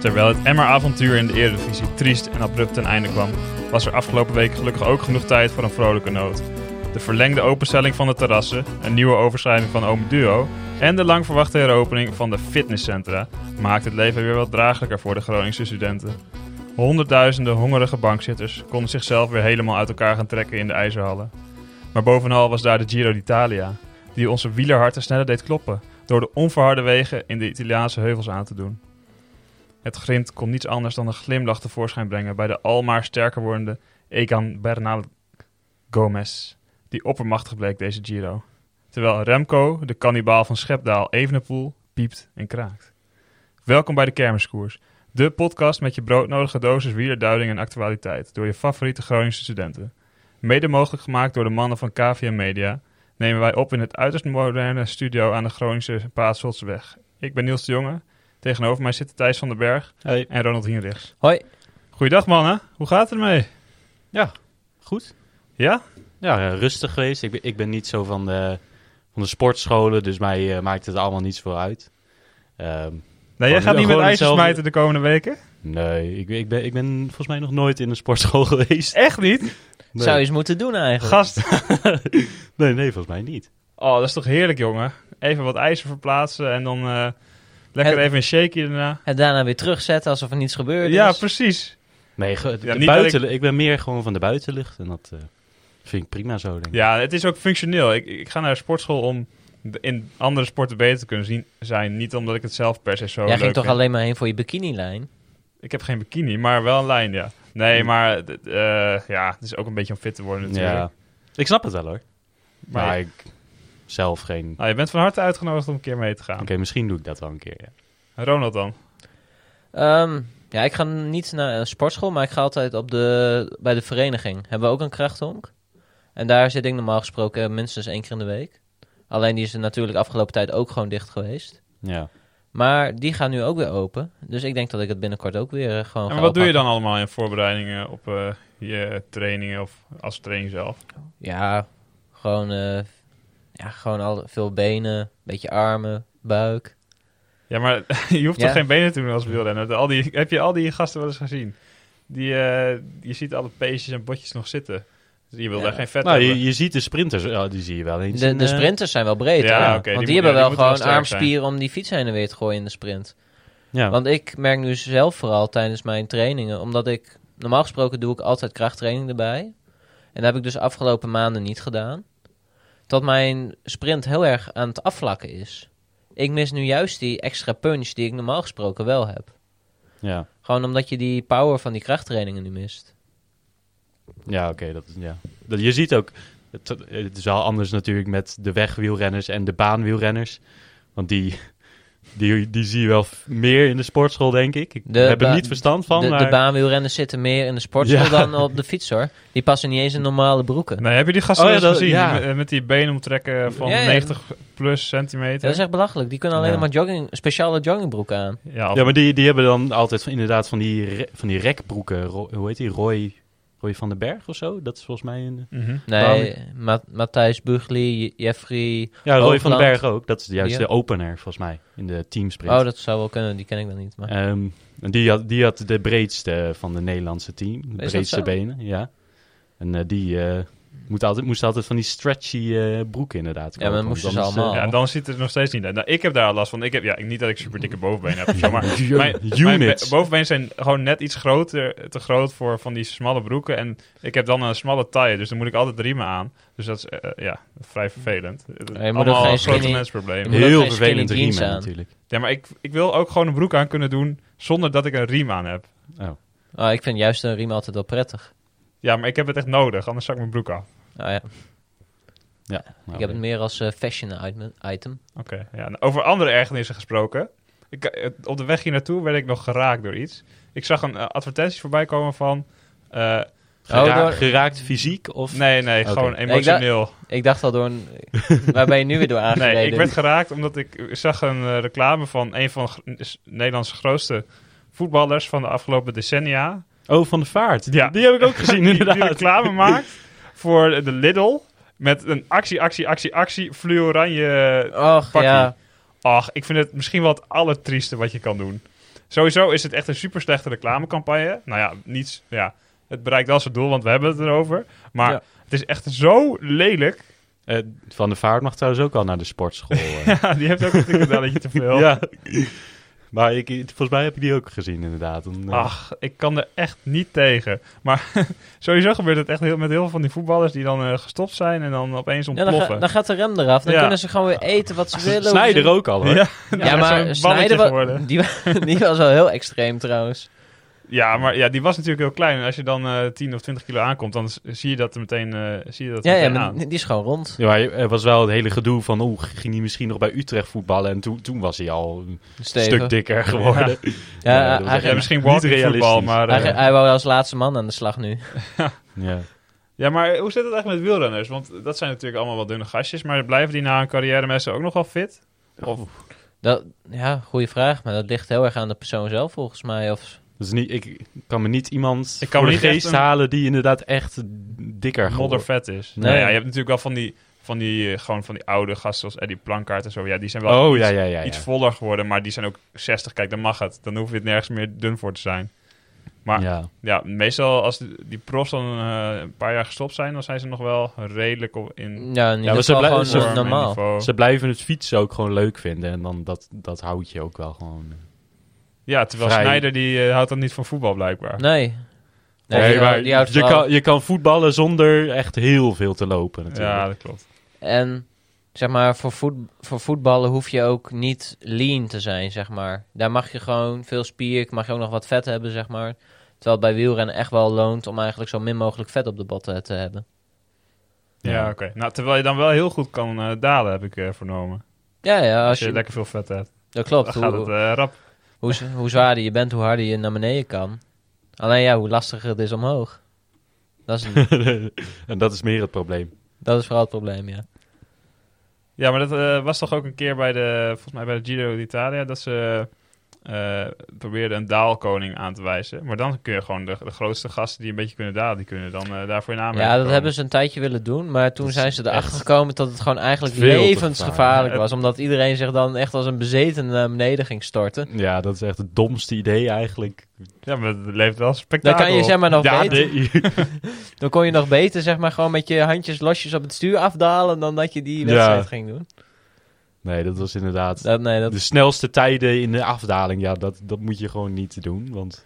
Terwijl het Emmer-avontuur in de Eredivisie triest en abrupt ten einde kwam, was er afgelopen week gelukkig ook genoeg tijd voor een vrolijke noot. De verlengde openstelling van de terrassen, een nieuwe overschrijving van Oom Duo en de lang verwachte heropening van de fitnesscentra maakt het leven weer wat draaglijker voor de Groningse studenten. Honderdduizenden hongerige bankzitters konden zichzelf weer helemaal uit elkaar gaan trekken in de ijzerhallen. Maar bovenal was daar de Giro d'Italia, die onze wielerharten sneller deed kloppen door de onverharde wegen in de Italiaanse heuvels aan te doen. Het grind kon niets anders dan een glimlach tevoorschijn brengen bij de almaar sterker wordende Egan Bernal Gomez, die oppermachtig bleek deze Giro. Terwijl Remco, de kannibaal van Schepdaal Evenepoel, piept en kraakt. Welkom bij de Kermiskoers, de podcast met je broodnodige dosis wielerduiding en actualiteit door je favoriete Groningse studenten. Mede mogelijk gemaakt door de mannen van KVM Media, nemen wij op in het uiterst moderne studio aan de Groningse Paasvotseweg. Ik ben Niels de Jonge, tegenover mij zitten Thijs van den Berg Hey. en Ronald Hienrichs. Hoi. Goeiedag mannen, hoe gaat het ermee? Goed. Ja? Ja, eh, rustig geweest. Ik ben, ik ben niet zo van de, van de sportscholen, dus mij eh, maakt het allemaal niets voor uit. Ehm, Nee, jij Gewoon- gaat niet met gewoon ijzer hetzelfde. smijten de komende weken? nee, ik, ik, ben, ik ben volgens mij nog nooit in een sportschool geweest. Echt niet? Nee. Zou je eens moeten doen eigenlijk. Gast. nee, nee, volgens mij niet. Oh, dat is toch heerlijk jongen. Even wat ijzer verplaatsen en dan eh, lekker Het- even een shakeje daarna. En daarna weer terugzetten alsof er niets gebeurd Ja, is. precies. Nee, ge- de niet dat buitenlu- ik... ben meer gewoon van de buitenlucht en dat eh, vind ik prima zo. Denk ik. Ja, het is ook functioneel. Ik, ik ga naar de sportschool om de- in andere sporten beter te kunnen zien, zijn. Niet omdat ik het zelf per se zo Jij Oh, leuk ging toch vind. alleen maar heen voor je bikinilijn? Ik heb geen bikini, maar wel een lijn, ja. Hm. Nee, maar d- eh, ja, het is ook een beetje om fit te worden natuurlijk. Ja. Ik snap het wel hoor. Maar, Maar, ik zelf geen... Oké, nou, je bent van harte uitgenodigd om een keer mee te gaan. misschien doe ik dat wel een keer. Ja. Ronald dan? Ehm, ja, ik ga niet naar een sportschool, maar ik ga altijd op de, bij de vereniging. Hebben we ook een krachthonk? En daar zit ik normaal gesproken minstens één keer in de week. Alleen die is er natuurlijk afgelopen tijd ook gewoon dicht geweest. ja. Maar die gaan nu ook weer open. Dus ik denk dat ik het binnenkort ook weer eh, gewoon En ga wat doe je oppakken. dan allemaal in voorbereidingen op eh, je trainingen of als training zelf? Ja, gewoon, eh, ja, gewoon al, veel benen, beetje armen, buik. Ja, maar je hoeft Ja. toch geen benen te doen als wielrenner? Al die, heb je al die gasten wel eens gezien? Die, eh, je ziet alle peesjes en botjes nog zitten. Dus je wil Ja. daar geen vet Nou, hebben. je, je ziet de sprinters, ja, die zie je wel eens. De, in, de eh, sprinters zijn wel breed, Ja, hoor. oké, want die die, moeten- hebben die wel moeten wel gewoon sterk armspieren om die fiets heen en weer te gooien in de sprint. Ja. Want ik merk nu zelf vooral tijdens mijn trainingen, omdat ik normaal gesproken doe ik altijd krachttraining erbij. En dat heb ik dus afgelopen maanden niet gedaan. Dat mijn sprint heel erg aan het afvlakken is. Ik mis nu juist die extra punch die ik normaal gesproken wel heb. ja. Gewoon omdat je die power van die krachttrainingen nu mist. Ja, oké. dat is- ja. Dat- Je ziet ook, het, het is wel anders natuurlijk met de wegwielrenners en de baanwielrenners. Want die, die, die zie je wel f- meer in de sportschool, denk ik. Ik De heb er ba- niet verstand van, de, maar... eh, de baanwielrenners zitten meer in de sportschool Ja. dan op de fiets hoor. Die passen niet eens in normale broeken. Nee, heb je die gasten Oh, wel ja, eens dat- gezien? ja. Die Met, met die benen omtrekken van Ja, ja. 90 plus centimeter? Dat is echt belachelijk. Die kunnen alleen Ja. maar jogging, speciale joggingbroeken aan. ja, of- ja, maar die, die hebben dan altijd van, inderdaad van die, re- van die rekbroeken. Ro- hoe heet die? Roy, Roy van den Berg of zo? Dat is volgens mij een... Mhm. Nee, Ma- Matthijs Bugli, Jeffrey. Ja, Roy van den Hoogland. Berg ook. Dat is juist Ja. de opener, volgens mij, in de teamsprint. Oh, dat zou wel kunnen. Die ken ik dan niet. Maar... Ehm, en die, had, die had de breedste van de Nederlandse team. De dat breedste zo? benen, ja. En eh, die eh, moet altijd, moest altijd van die stretchy eh, broeken inderdaad maar dat want moesten ze anders, eh, allemaal. Ja, dan ziet het er nog steeds niet uit. Nou, ik heb daar al last van. Ik heb, ja, ik, niet dat ik super dikke bovenbenen heb of eh, zo, maar mijn, Units. mijn be- bovenbenen zijn gewoon net iets groter, te groot voor van die smalle broeken. En ik heb dan een smalle taille, dus dan moet ik altijd riemen aan. Dus dat is eh, ja, vrij vervelend. Het is Ja, je moet ook Allemaal geen een grote skinny- mensprobleem. Je moet ook heel geen skinny vervelend jeans riemen aan. natuurlijk. Ja, maar ik, ik wil ook gewoon een broek aan kunnen doen zonder dat ik een riem aan heb. Oh, ik vind juist een riem altijd wel prettig. Ja, maar ik heb het echt nodig, anders zak ik mijn broek af. Nou ja, Ja, ik heb het meer als eh, fashion item- item. Oké, ja. Nou, Over andere ergernissen gesproken. Ik, eh, op de weg hier naartoe werd ik nog geraakt door iets. Ik zag een eh, advertentie voorbij komen van... eh, Gera- Oh, door- Geraakt fysiek of... Nee, nee, Oké. gewoon Ik dacht- emotioneel. Ik dacht al door een... Waar ben je nu weer door aangereden? Nee, ik werd geraakt omdat ik zag een eh, reclame van een van de gro- s- Nederlands grootste voetballers van de afgelopen decennia. Oh, van de vaart. Ja. Die heb ik ook gezien, Die, die inderdaad. reclame maakt voor de Lidl met een actie, actie, actie, actie, fluoranje Och, Pakkie. ja. Ach, ik vind het misschien wel het allertrieste wat je kan doen. Sowieso is het echt een super slechte reclamecampagne. Nou ja, niets. Ja, het bereikt wel zijn doel, want we hebben het erover. Maar Ja. het is echt zo lelijk. Eh, van de vaart mag trouwens ook al naar de sportschool. eh. Ja, die heeft ook een frikadelletje te veel. ja. Maar ik, volgens mij heb je die ook gezien, inderdaad. Een, eh, Ach, ik kan er echt niet tegen. Maar sowieso gebeurt het echt heel, met heel veel van die voetballers die dan eh, gestopt zijn en dan opeens Ja, dan, ga- ontploffen. dan gaat de rem eraf. Dan Ja. kunnen ze gewoon weer eten wat ze willen. Snijder Hoeven ook al, hoor. Ja, ze- dan Ja, is er maar een Snijder balletje wa geworden. die, wa- die was wel heel extreem trouwens. Ja, maar ja, die was natuurlijk heel klein. En als je dan eh 10 of 20 kilo aankomt, dan s- zie je dat er meteen, eh, zie je dat Ja, ja, meteen maar aan. die is gewoon rond. Ja, maar er was wel het hele gedoe van, oeh, ging hij misschien nog bij Utrecht voetballen? En toen, toen was hij al een Steven. stuk dikker geworden. Ja, Ja, dat was hij echt Ja, ging- misschien niet walking voetbal, realistisch. maar... Hij, eh, hij wou als laatste man aan de slag nu. Ja. Ja, maar hoe zit het eigenlijk met wielrenners? Want dat zijn natuurlijk allemaal wel dunne gastjes, maar blijven die na een carrière mensen ook nog wel fit? Of, Dat, ja, goede vraag. Maar dat ligt heel erg aan de persoon zelf volgens mij. Of, Dus niet, ik kan me niet iemand Ik ik kan kan me voor de niet echt geest een- halen die inderdaad echt dikker geworden modder vet is. Nee. Nou ja, je hebt natuurlijk wel van die, van die, eh, gewoon van die oude gasten zoals Eddie Plankaart en zo. Ja, die zijn wel Oh, iets, ja, ja, ja. iets ja. voller geworden, maar die zijn ook 60. Kijk, dan mag het. Dan hoef je het nergens meer dun voor te zijn. Maar ja, ja. meestal als die die profs dan eh, een paar jaar gestopt zijn, dan zijn ze nog wel redelijk op in... ja, in ieder maar ze geval blij- gewoon ze- vorm en normaal. niveau. Ze blijven het fietsen ook gewoon leuk vinden. En dan dat, dat houdt je ook wel gewoon... Ja, terwijl vrij- Snijder, die eh, houdt dan niet van voetbal blijkbaar. Nee. Nee, Nee, die- maar die houdt je, vooral- kan, je kan voetballen zonder echt heel veel te lopen natuurlijk. ja, dat klopt. En zeg maar, voor, voet, voor voetballen hoef je ook niet lean te zijn, zeg maar. Daar mag je gewoon veel spier, mag je ook nog wat vet hebben, zeg maar. Terwijl het bij wielrennen echt wel loont om eigenlijk zo min mogelijk vet op de botten te hebben. Ja, Ja. oké. Nou, terwijl je dan wel heel goed kan eh, dalen, heb ik eh, vernomen. Ja, ja, Als als je, je, lekker veel vet hebt, dat klopt. dan gaat het Hoe, eh, rap. hoe, z- hoe zwaarder je bent, hoe harder je naar beneden kan. Alleen ja, hoe lastiger het is omhoog. Dat is, en dat is meer het probleem. dat is vooral het probleem, ja. Ja, maar dat eh, was toch ook een keer bij de, volgens mij bij de Giro d'Italia, dat ze eh, probeerden een daalkoning aan te wijzen. Maar dan kun je gewoon de, de grootste gasten die een beetje kunnen dalen, die kunnen dan eh, daarvoor in aanmerking Ja, dat komen. hebben ze een tijdje willen doen, maar toen Dat is zijn ze erachter echt gekomen dat het gewoon eigenlijk veel te levensgevaarlijk gevaarlijk. was. Omdat iedereen zich dan echt als een bezeten naar beneden ging storten. Ja, dat is echt het domste idee eigenlijk. Ja, maar het leeft wel Dan spectakel kan je op. zeg maar nog Ja, beter, nee. dan kon je nog beter zeg maar gewoon met je handjes losjes op het stuur afdalen dan dat je die wedstrijd Ja. ging doen. nee, dat was inderdaad... Dat, nee, dat, De snelste tijden in de afdaling, ja, dat, dat moet je gewoon niet doen. Want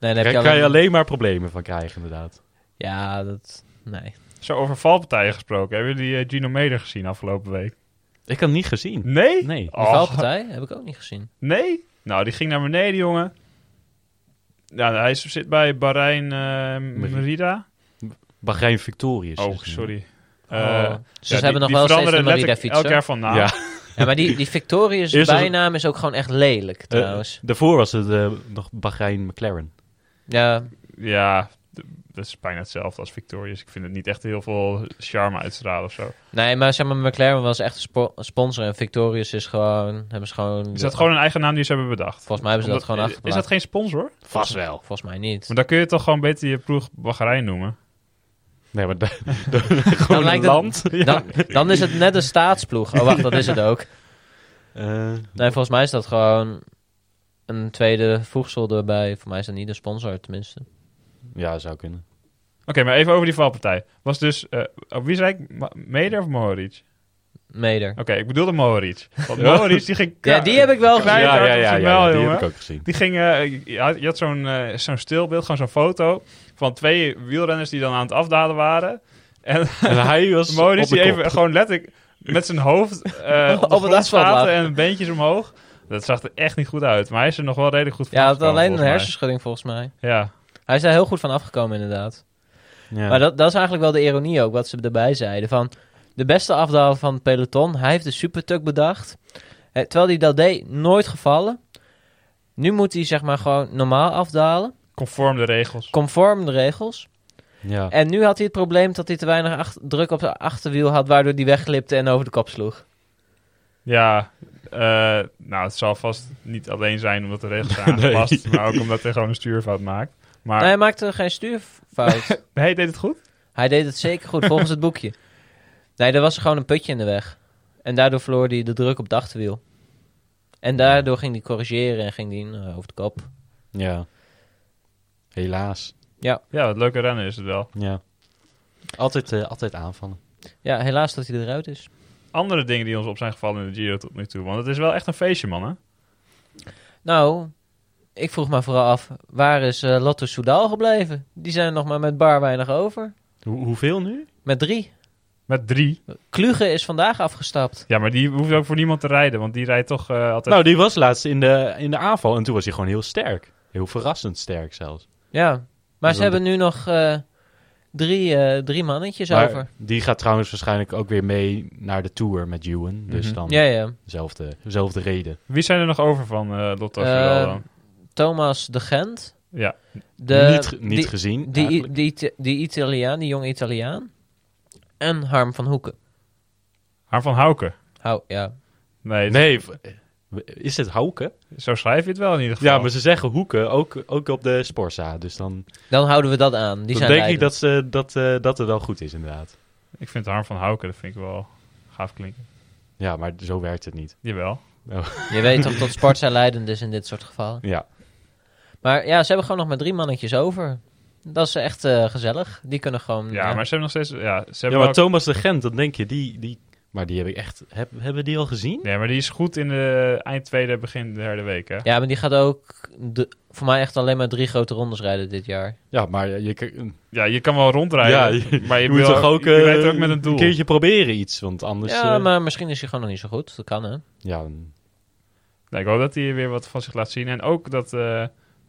nee, dan daar kan heb je je alleen- alleen maar problemen van krijgen, inderdaad. Ja, dat, nee. Zo over valpartijen gesproken. Hebben jullie eh, Gino Meder gezien afgelopen week? Ik had het niet gezien. Nee? Nee. De Oh, valpartij heb ik ook niet gezien. Nee? Nou, die ging naar beneden, jongen. Nou, hij is- zit bij Bahrein eh, Merida. Bahrein Victorious. Oh, is het. sorry. Eh, Oh. Ze ja, die- hebben nog die wel steeds de veranderen Merida letterlijk elk fietsen. jaar van naam. Ja, Eh, Ja, maar die, die Victorious Eerst was het- bijnaam is ook gewoon echt lelijk eh, trouwens. daarvoor was het eh, nog Bahrein McLaren. ja, Ja, d- dat is bijna hetzelfde als Victorious. Ik vind het niet echt heel veel charme uitstralen of zo. nee, maar zeg maar McLaren was echt een spo- een sponsor en Victorious is gewoon, hebben ze gewoon... Is dat gewoon een eigen naam die ze hebben bedacht? Volgens mij hebben ze Omdat- dat is- gewoon Is achtergelaten. dat geen sponsor? Vast wel. Volgens mij niet. Maar dan kun je toch gewoon beter je ploeg Bahrein noemen. Nee, maar da- gewoon een Nou, lijkt het- land. Ja. Dan, dan is het net een staatsploeg. Oh, wacht, dat is het ook. Eh, Nee, volgens mij is dat gewoon een tweede voegsel erbij. Voor mij is dat niet de sponsor, tenminste. ja, zou kunnen. Oké, maar even over die valpartij. Was dus, eh, op wie zei ik? Ma- Meder of Mohoric? Meder. Oké, ik bedoelde Mohoric. Want Ja. Mohoric, die ging... Ja, die heb ik wel Klein- gezien. ja, ja, ja, ja, die jongen. heb ik ook gezien. Die ging, eh, je had- je had zo'n eh, zo'n stilbeeld, gewoon zo'n foto van twee wielrenners die dan aan het afdalen waren. En En hij was Moniz op de die kop. even gewoon letterlijk met zijn hoofd eh op, de Op het grond asfalt zaten lag. en beentjes omhoog. Dat zag er echt niet goed uit. Maar hij is er nog wel redelijk goed van Ja, het had afgekomen, alleen een volgens hersenschudding volgens mij. mij. Ja. Hij is daar heel goed van afgekomen, inderdaad. Ja. Maar dat, dat is eigenlijk wel de ironie ook, wat ze erbij zeiden. Van de beste afdaler van het peloton, hij heeft de supertuk bedacht. Eh, terwijl hij dat deed, nooit gevallen. Nu moet hij zeg maar gewoon normaal afdalen. Conform de regels. conform de regels. Ja. En nu had hij het probleem dat hij te weinig ach- druk op zijn achterwiel had, waardoor hij weglipte en over de kop sloeg. Ja, eh, nou, het zal vast niet alleen zijn omdat de regels zijn Nee. aangepast, maar ook omdat hij gewoon een stuurfout maakt. Maar Nou, hij maakte geen stuurfout. hij deed het goed. hij deed het zeker goed, volgens het boekje. Nee, er was gewoon een putje in de weg. En daardoor verloor hij de druk op het achterwiel. En daardoor ging hij corrigeren en ging hij nou, over de kop. ja. Helaas. Ja, wat leuke rennen is het wel. Ja. Altijd, eh, altijd aanvallen. Ja, helaas dat hij eruit is. Andere dingen die ons op zijn gevallen in de Giro tot nu toe. Want het is wel echt een feestje, man. Hè? Nou, ik vroeg me vooral af, waar is eh, Lotto Soudal gebleven? Die zijn er nog maar met bar weinig over. Hoe- hoeveel nu? Met drie. Met drie. Kluge is vandaag afgestapt. Ja, maar die hoeft ook voor niemand te rijden, want die rijdt toch eh, altijd. Nou, die was laatst in de, in de aanval en toen was hij gewoon heel sterk. Heel verrassend sterk zelfs. Ja, maar Dus ze dat- hebben nu nog eh, drie, eh, drie mannetjes Maar over. die gaat trouwens waarschijnlijk ook weer mee naar de Tour met Ewan. Dus Mhm. dan Ja, ja. dezelfde, dezelfde reden. Wie zijn er nog over van eh Lotto? Eh, Soudal dan? Thomas de Gent. Ja. De, niet ge- niet die, gezien die, die, eigenlijk. Ita- die Italiaan, die jonge Italiaan. En Harm van Hoeken. Harm van Houken. Hou, ja. Nee, Nee, v- is het Hauke? zo schrijf je het wel in ieder geval. Ja, maar ze zeggen hoeken, ook, ook op de Sporza. Dus dan, Dan houden we dat aan. Die dan zijn denk ik leidend. dat, ze, dat, eh, dat het wel goed is inderdaad. Ik vind Harm van Houken, dat vind ik wel gaaf klinken. Ja, maar zo werkt het niet. Jawel. Je weet toch dat Sparta leidend is in dit soort gevallen. Ja, Maar ja, ze hebben gewoon nog maar drie mannetjes over. Dat is echt eh, gezellig. Die kunnen gewoon... Ja, maar ze hebben nog steeds... Ja, ze ja hebben maar ook- Thomas de Gent, dan denk je, die... die maar die heb ik echt... Heb, hebben we die al gezien? Nee, maar die is goed in de eind tweede, begin derde week, hè? Ja, maar die gaat ook de, voor mij echt alleen maar drie grote rondes rijden dit jaar. Ja, maar je, je, Ja, je kan wel ja, rondrijden, je, maar je, moet wil toch ook, je eh, rijdt ook met een doel. keertje proberen iets, want anders... ja, eh, maar misschien is hij gewoon nog niet zo goed. Dat kan, hè? ja, dan- Nee, ik hoop dat hij weer wat van zich laat zien. En ook dat eh,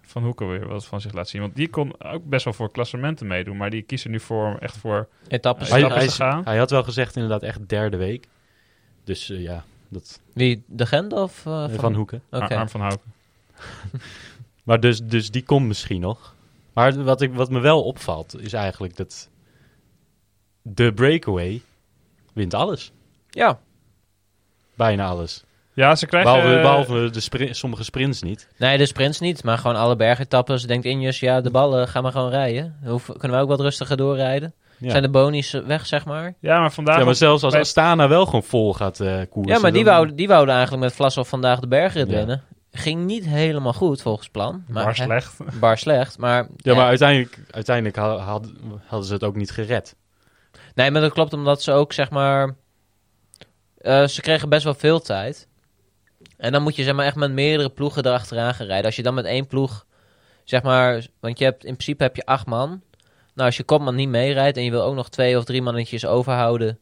Van Hoeken weer wat van zich laat zien. Want die kon ook best wel voor klassementen meedoen, maar die kiezen nu voor, om echt voor Etappes. Hij- stappen hij te is- gaan. hij had wel gezegd inderdaad echt derde week. Dus eh, ja, dat, Wie, de Gent of... eh, van, Ah, van, Hoeken. Oké. Ar- Arm van Houken. Maar dus, dus die komt misschien nog. Maar wat, ik, wat me wel opvalt, is eigenlijk dat... De breakaway wint alles. Ja. Bijna alles. Ja, ze krijgen... Behalve, eh, behalve de sprin- sommige sprints niet. Nee, de sprints niet, maar gewoon alle bergetappes. Denkt Injus, ja, de ballen, ga maar gewoon rijden. Hoef, kunnen we ook wat rustiger doorrijden? Ja. Zijn de bonies weg, zeg maar? Ja, maar vandaag... ja, maar zelfs als bij- Astana wel gewoon vol gaat eh koersen. Ja, maar die dan- wouden, die wouden eigenlijk met Vlasov vandaag de bergrit Ja. winnen. Ging niet helemaal goed, volgens plan. Maar, maar slecht. bar slecht, maar... Ja, maar uiteindelijk, uiteindelijk ha- had- hadden ze het ook niet gered. Nee, maar dat klopt omdat ze ook, zeg maar... eh, ze kregen best wel veel tijd. En dan moet je zeg maar, echt met meerdere ploegen erachteraan gaan rijden. Als je dan met één ploeg, zeg maar... Want je hebt, in principe heb je acht man. Nou, als je kopman niet meerijdt en je wil ook nog twee of drie mannetjes overhouden...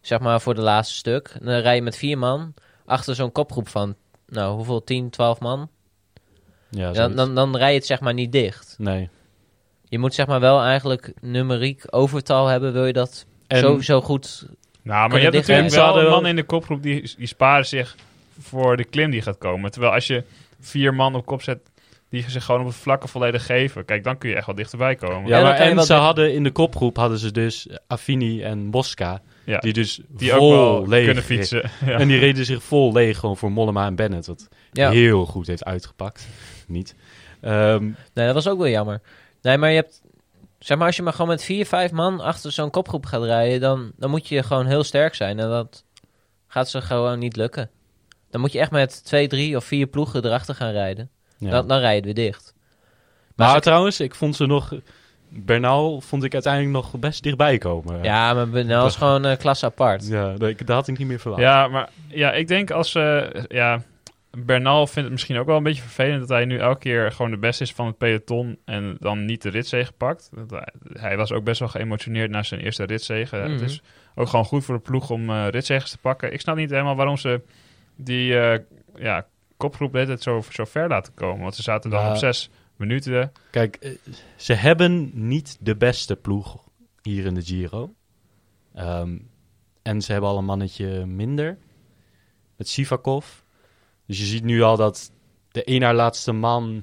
zeg maar voor de laatste stuk. Dan rij je met vier man achter zo'n kopgroep van... Nou, hoeveel? 10, 12 man? Ja, Dan, zoiets. dan, dan rij je het zeg maar niet dicht. nee. Je moet zeg maar wel eigenlijk numeriek overtal hebben... wil je dat En, zo, zo goed Nou, maar Kunnen je hebt dichter- natuurlijk En ze wel hadden een wel- man in de kopgroep die, die sparen zich voor de klim die gaat komen. Terwijl als je vier man op kop zet die zich gewoon op het vlakke volledig geven, kijk, dan kun je echt wel dichterbij komen. ja, Ja, maar dat kan je en wel ze denken. hadden in de kopgroep hadden ze dus Affini en Mosca. Ja. Die dus Die ook vol wel leeg kunnen fietsen. Ja. En die reden zich vol leeg gewoon voor Mollema en Bennett. Wat Ja, heel goed heeft uitgepakt. Niet. Ehm, nee, dat was ook wel jammer. Nee, maar je hebt... Zeg maar, als je maar gewoon met vier, vijf man achter zo'n kopgroep gaat rijden... Dan, dan moet je gewoon heel sterk zijn. En dat gaat ze gewoon niet lukken. Dan moet je echt met twee, drie of vier ploegen erachter gaan rijden. ja. Dan, dan rij je het weer dicht. Maar maar ze- trouwens, ik vond ze nog... Bernal vond ik uiteindelijk nog best dichtbij komen. ja, maar Benel is gewoon eh klasse apart. ja dat, ik- dat had ik niet meer verwacht. Ja, maar ja, ik denk als... eh, ja, Bernal vindt het misschien ook wel een beetje vervelend dat hij nu elke keer gewoon de beste is van het peloton en dan niet de ritzege pakt. Dat hij- Hij was ook best wel geëmotioneerd na zijn eerste ritzege. Het Mhm. is ook gewoon goed voor de ploeg om eh ritzegers te pakken. Ik snap niet helemaal waarom ze die eh, ja, kopgroep de hele tijd zo, zo ver laten komen. Want ze zaten dan Ja. op zes minuten. Kijk, eh, ze hebben niet de beste ploeg hier in de Giro. Ehm, en ze hebben al een mannetje minder. Met Sivakov. Dus je ziet nu al dat de één na laatste man...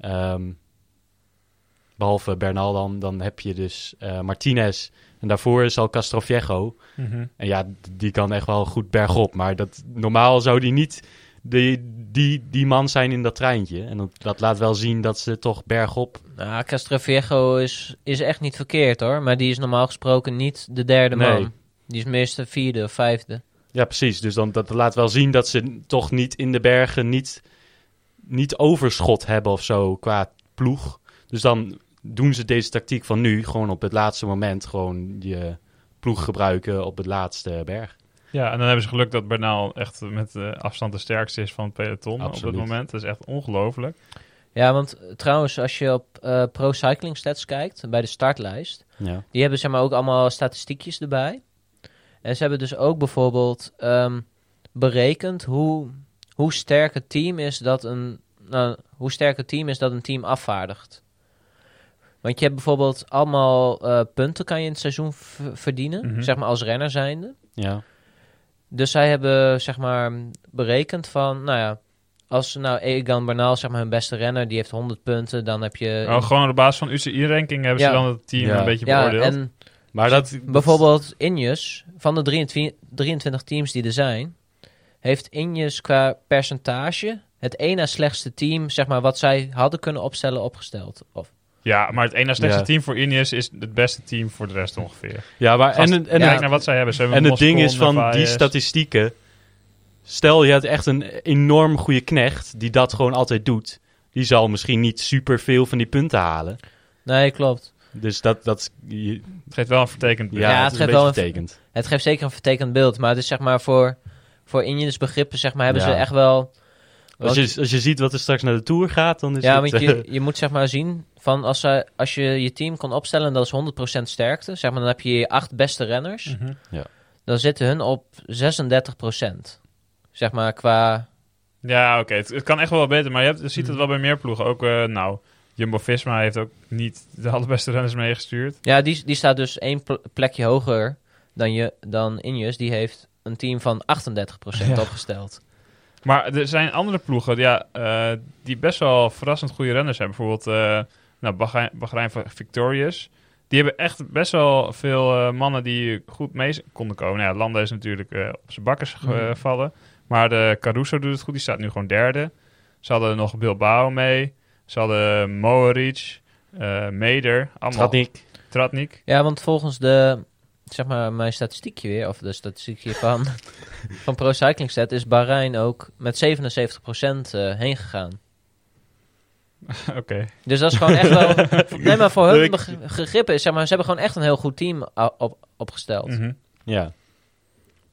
ehm, Behalve Bernal dan, dan heb je dus eh, Martinez. En daarvoor is al Castroviejo. Mhm. En ja, d- die kan echt wel goed bergop. Maar dat, normaal zou die niet die, die, die man zijn in dat treintje. En dat, dat laat wel zien dat ze toch bergop... Nou, Castroviejo is, is echt niet verkeerd hoor. Maar die is normaal gesproken niet de derde Nee. man. Die is meestal vierde of vijfde. Ja, precies. Dus dan, dat laat wel zien dat ze toch niet in de bergen... niet, niet overschot hebben of zo qua ploeg. Dus dan doen ze deze tactiek van nu... gewoon op het laatste moment gewoon je ploeg gebruiken op het laatste berg. Ja, en dan hebben ze geluk dat Bernal echt met eh, afstand de sterkste is van het peloton op Absoluut. dit moment. Dat is echt ongelooflijk. Ja, want eh, trouwens, als je op eh, Pro Cycling Stats kijkt, bij de startlijst. Ja. Die hebben zeg maar ook allemaal statistiekjes erbij. En ze hebben dus ook bijvoorbeeld ehm, berekend hoe, hoe sterk het team is dat een nou, hoe sterk het team is dat een team afvaardigt. Want je hebt bijvoorbeeld allemaal eh, punten kan je in het seizoen v- verdienen, Mhm. zeg maar als renner zijnde. ja. Dus zij hebben zeg maar berekend van, nou ja, als nou Egan Bernal zeg maar hun beste renner, die heeft 100 punten, dan heb je Oh, gewoon op basis van UCI-ranking hebben Eh, Ja. ze dan het team Ja. een beetje ja beoordeeld. en Maar dat... dat- Bijvoorbeeld Injes, van de 23, 23 teams die er zijn, heeft Injes qua percentage het één na slechtste team, zeg maar, wat zij hadden kunnen opstellen, opgesteld. Of, Ja, maar het ene na slechtste Ja. team voor Ineos is het beste team voor de rest ongeveer. Ja, maar... Gast, en, en, en Ja, Kijk naar wat zij hebben. Ze hebben En het ding Moscon, is van die Narvaez. statistieken. Stel je hebt echt een enorm goede knecht die dat gewoon altijd doet. Die zal misschien niet super veel van die punten halen. nee, klopt. Dus dat, dat is- je- Het geeft wel een vertekend beeld. ja, het het is geeft een wel beetje een- betekend. Het geeft zeker een vertekend beeld, maar het is zeg maar voor, voor Injes begrippen, zeg maar, hebben Ja. ze echt wel... Als want- je, als je ziet wat er straks naar de Tour gaat, dan is ja, het... want eh, je, je moet zeg maar zien, van als, zij- als je je team kon opstellen, dat is 100% sterkte, zeg maar, dan heb je je acht beste renners. Mm. Mhm. Dan zitten hun op 36%, zeg maar, qua... Ja, oké. Het, het kan echt wel wat beter. Maar je, hebt, je ziet Mhm. het wel bij meer ploegen. Ook, eh, nou, Jumbo-Visma heeft ook niet de allerbeste renners meegestuurd. Ja, die, die staat dus één pl- plekje hoger dan, je, dan Injus. Die heeft een team van 38% opgesteld. Maar er zijn andere ploegen ja, eh, die best wel verrassend goede renners hebben. Bijvoorbeeld eh nou, Bahrein, Bahrein Victorious. Die hebben echt best wel veel eh, mannen die goed mee konden komen. Nou Ja, Landa is natuurlijk eh, op zijn bakkers Mhm. gevallen. Maar de Caruso doet het goed. Die staat nu gewoon derde. Ze hadden nog Bilbao mee. Ze hadden Moeric, eh Meder. Allemaal, Tratnik. Tratnik. Ja, want volgens de, zeg maar, mijn statistiekje weer, of de statistiekje van, van Pro Cycling Stat, is Bahrein ook met 77% eh heen gegaan. Oké. Dus dat is gewoon echt wel. Nee, maar voor hun Leuk. beg- begrippen is, zeg maar, ze hebben gewoon echt een heel goed team a- op, opgesteld. Mhm. Ja,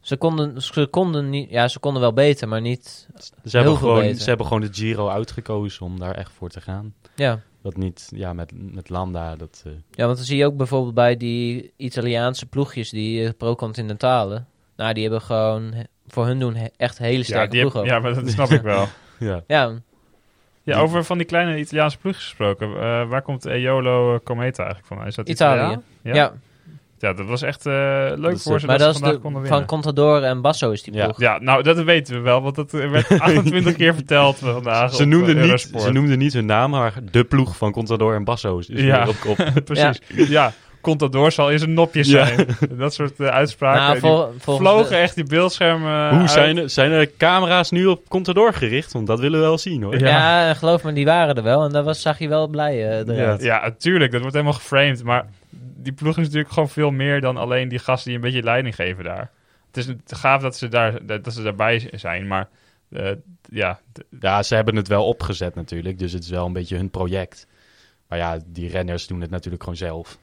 Ze, konden, ze, konden niet, ja, ze konden wel beter, maar niet. ze hebben, veel gewoon, beter. ze hebben gewoon de Giro uitgekozen om daar echt voor te gaan. Ja. Dat niet, ja, met, met Landa, dat... eh, Ja, want dan zie je ook bijvoorbeeld bij die Italiaanse ploegjes, die eh, pro-continentale. Nou, die hebben gewoon he- voor hun doen he- echt hele Ja, sterke die heb- ploegen. ja, ook. maar dat snap ik wel. ja. ja, Ja, over van die kleine Italiaanse ploeg gesproken. eh, waar komt Eolo Cometa eigenlijk van? Is dat Italië. Italiaan? Ja, Ja? Ja, dat was echt eh, leuk is voor het. ze maar dat dat ze is vandaag de, konden winnen. van Contador en Basso is die Ja. ploeg. ja, nou, dat weten we wel, want dat eh, werd 28 keer verteld vandaag Ze op, noemden, eh, niet, Eurosport. ze noemden niet hun naam, maar de ploeg van Contador en Basso is is Ja. weer op kop. Precies. Ja. Contador zal in zijn nopjes Ja. zijn. Dat soort eh, uitspraken. Nou, die vol, volgens vlogen de- echt die beeldschermen eh, Hoe uit. zijn, er- zijn er camera's nu op Contador gericht? Want dat willen we wel zien hoor. Ja. ja. en geloof me, die waren er wel. En daar was, zag je wel blij eh eruit. Ja, natuurlijk. Dat wordt helemaal geframed. Maar die ploeg is natuurlijk gewoon veel meer dan alleen die gasten die een beetje leiding geven daar. Het is het- gaaf dat ze, daar, dat dat ze daarbij zijn, maar eh, t- ja, t- Ja, ze hebben het wel opgezet natuurlijk, dus het is wel een beetje hun project. Maar ja, die renners doen het natuurlijk gewoon zelf.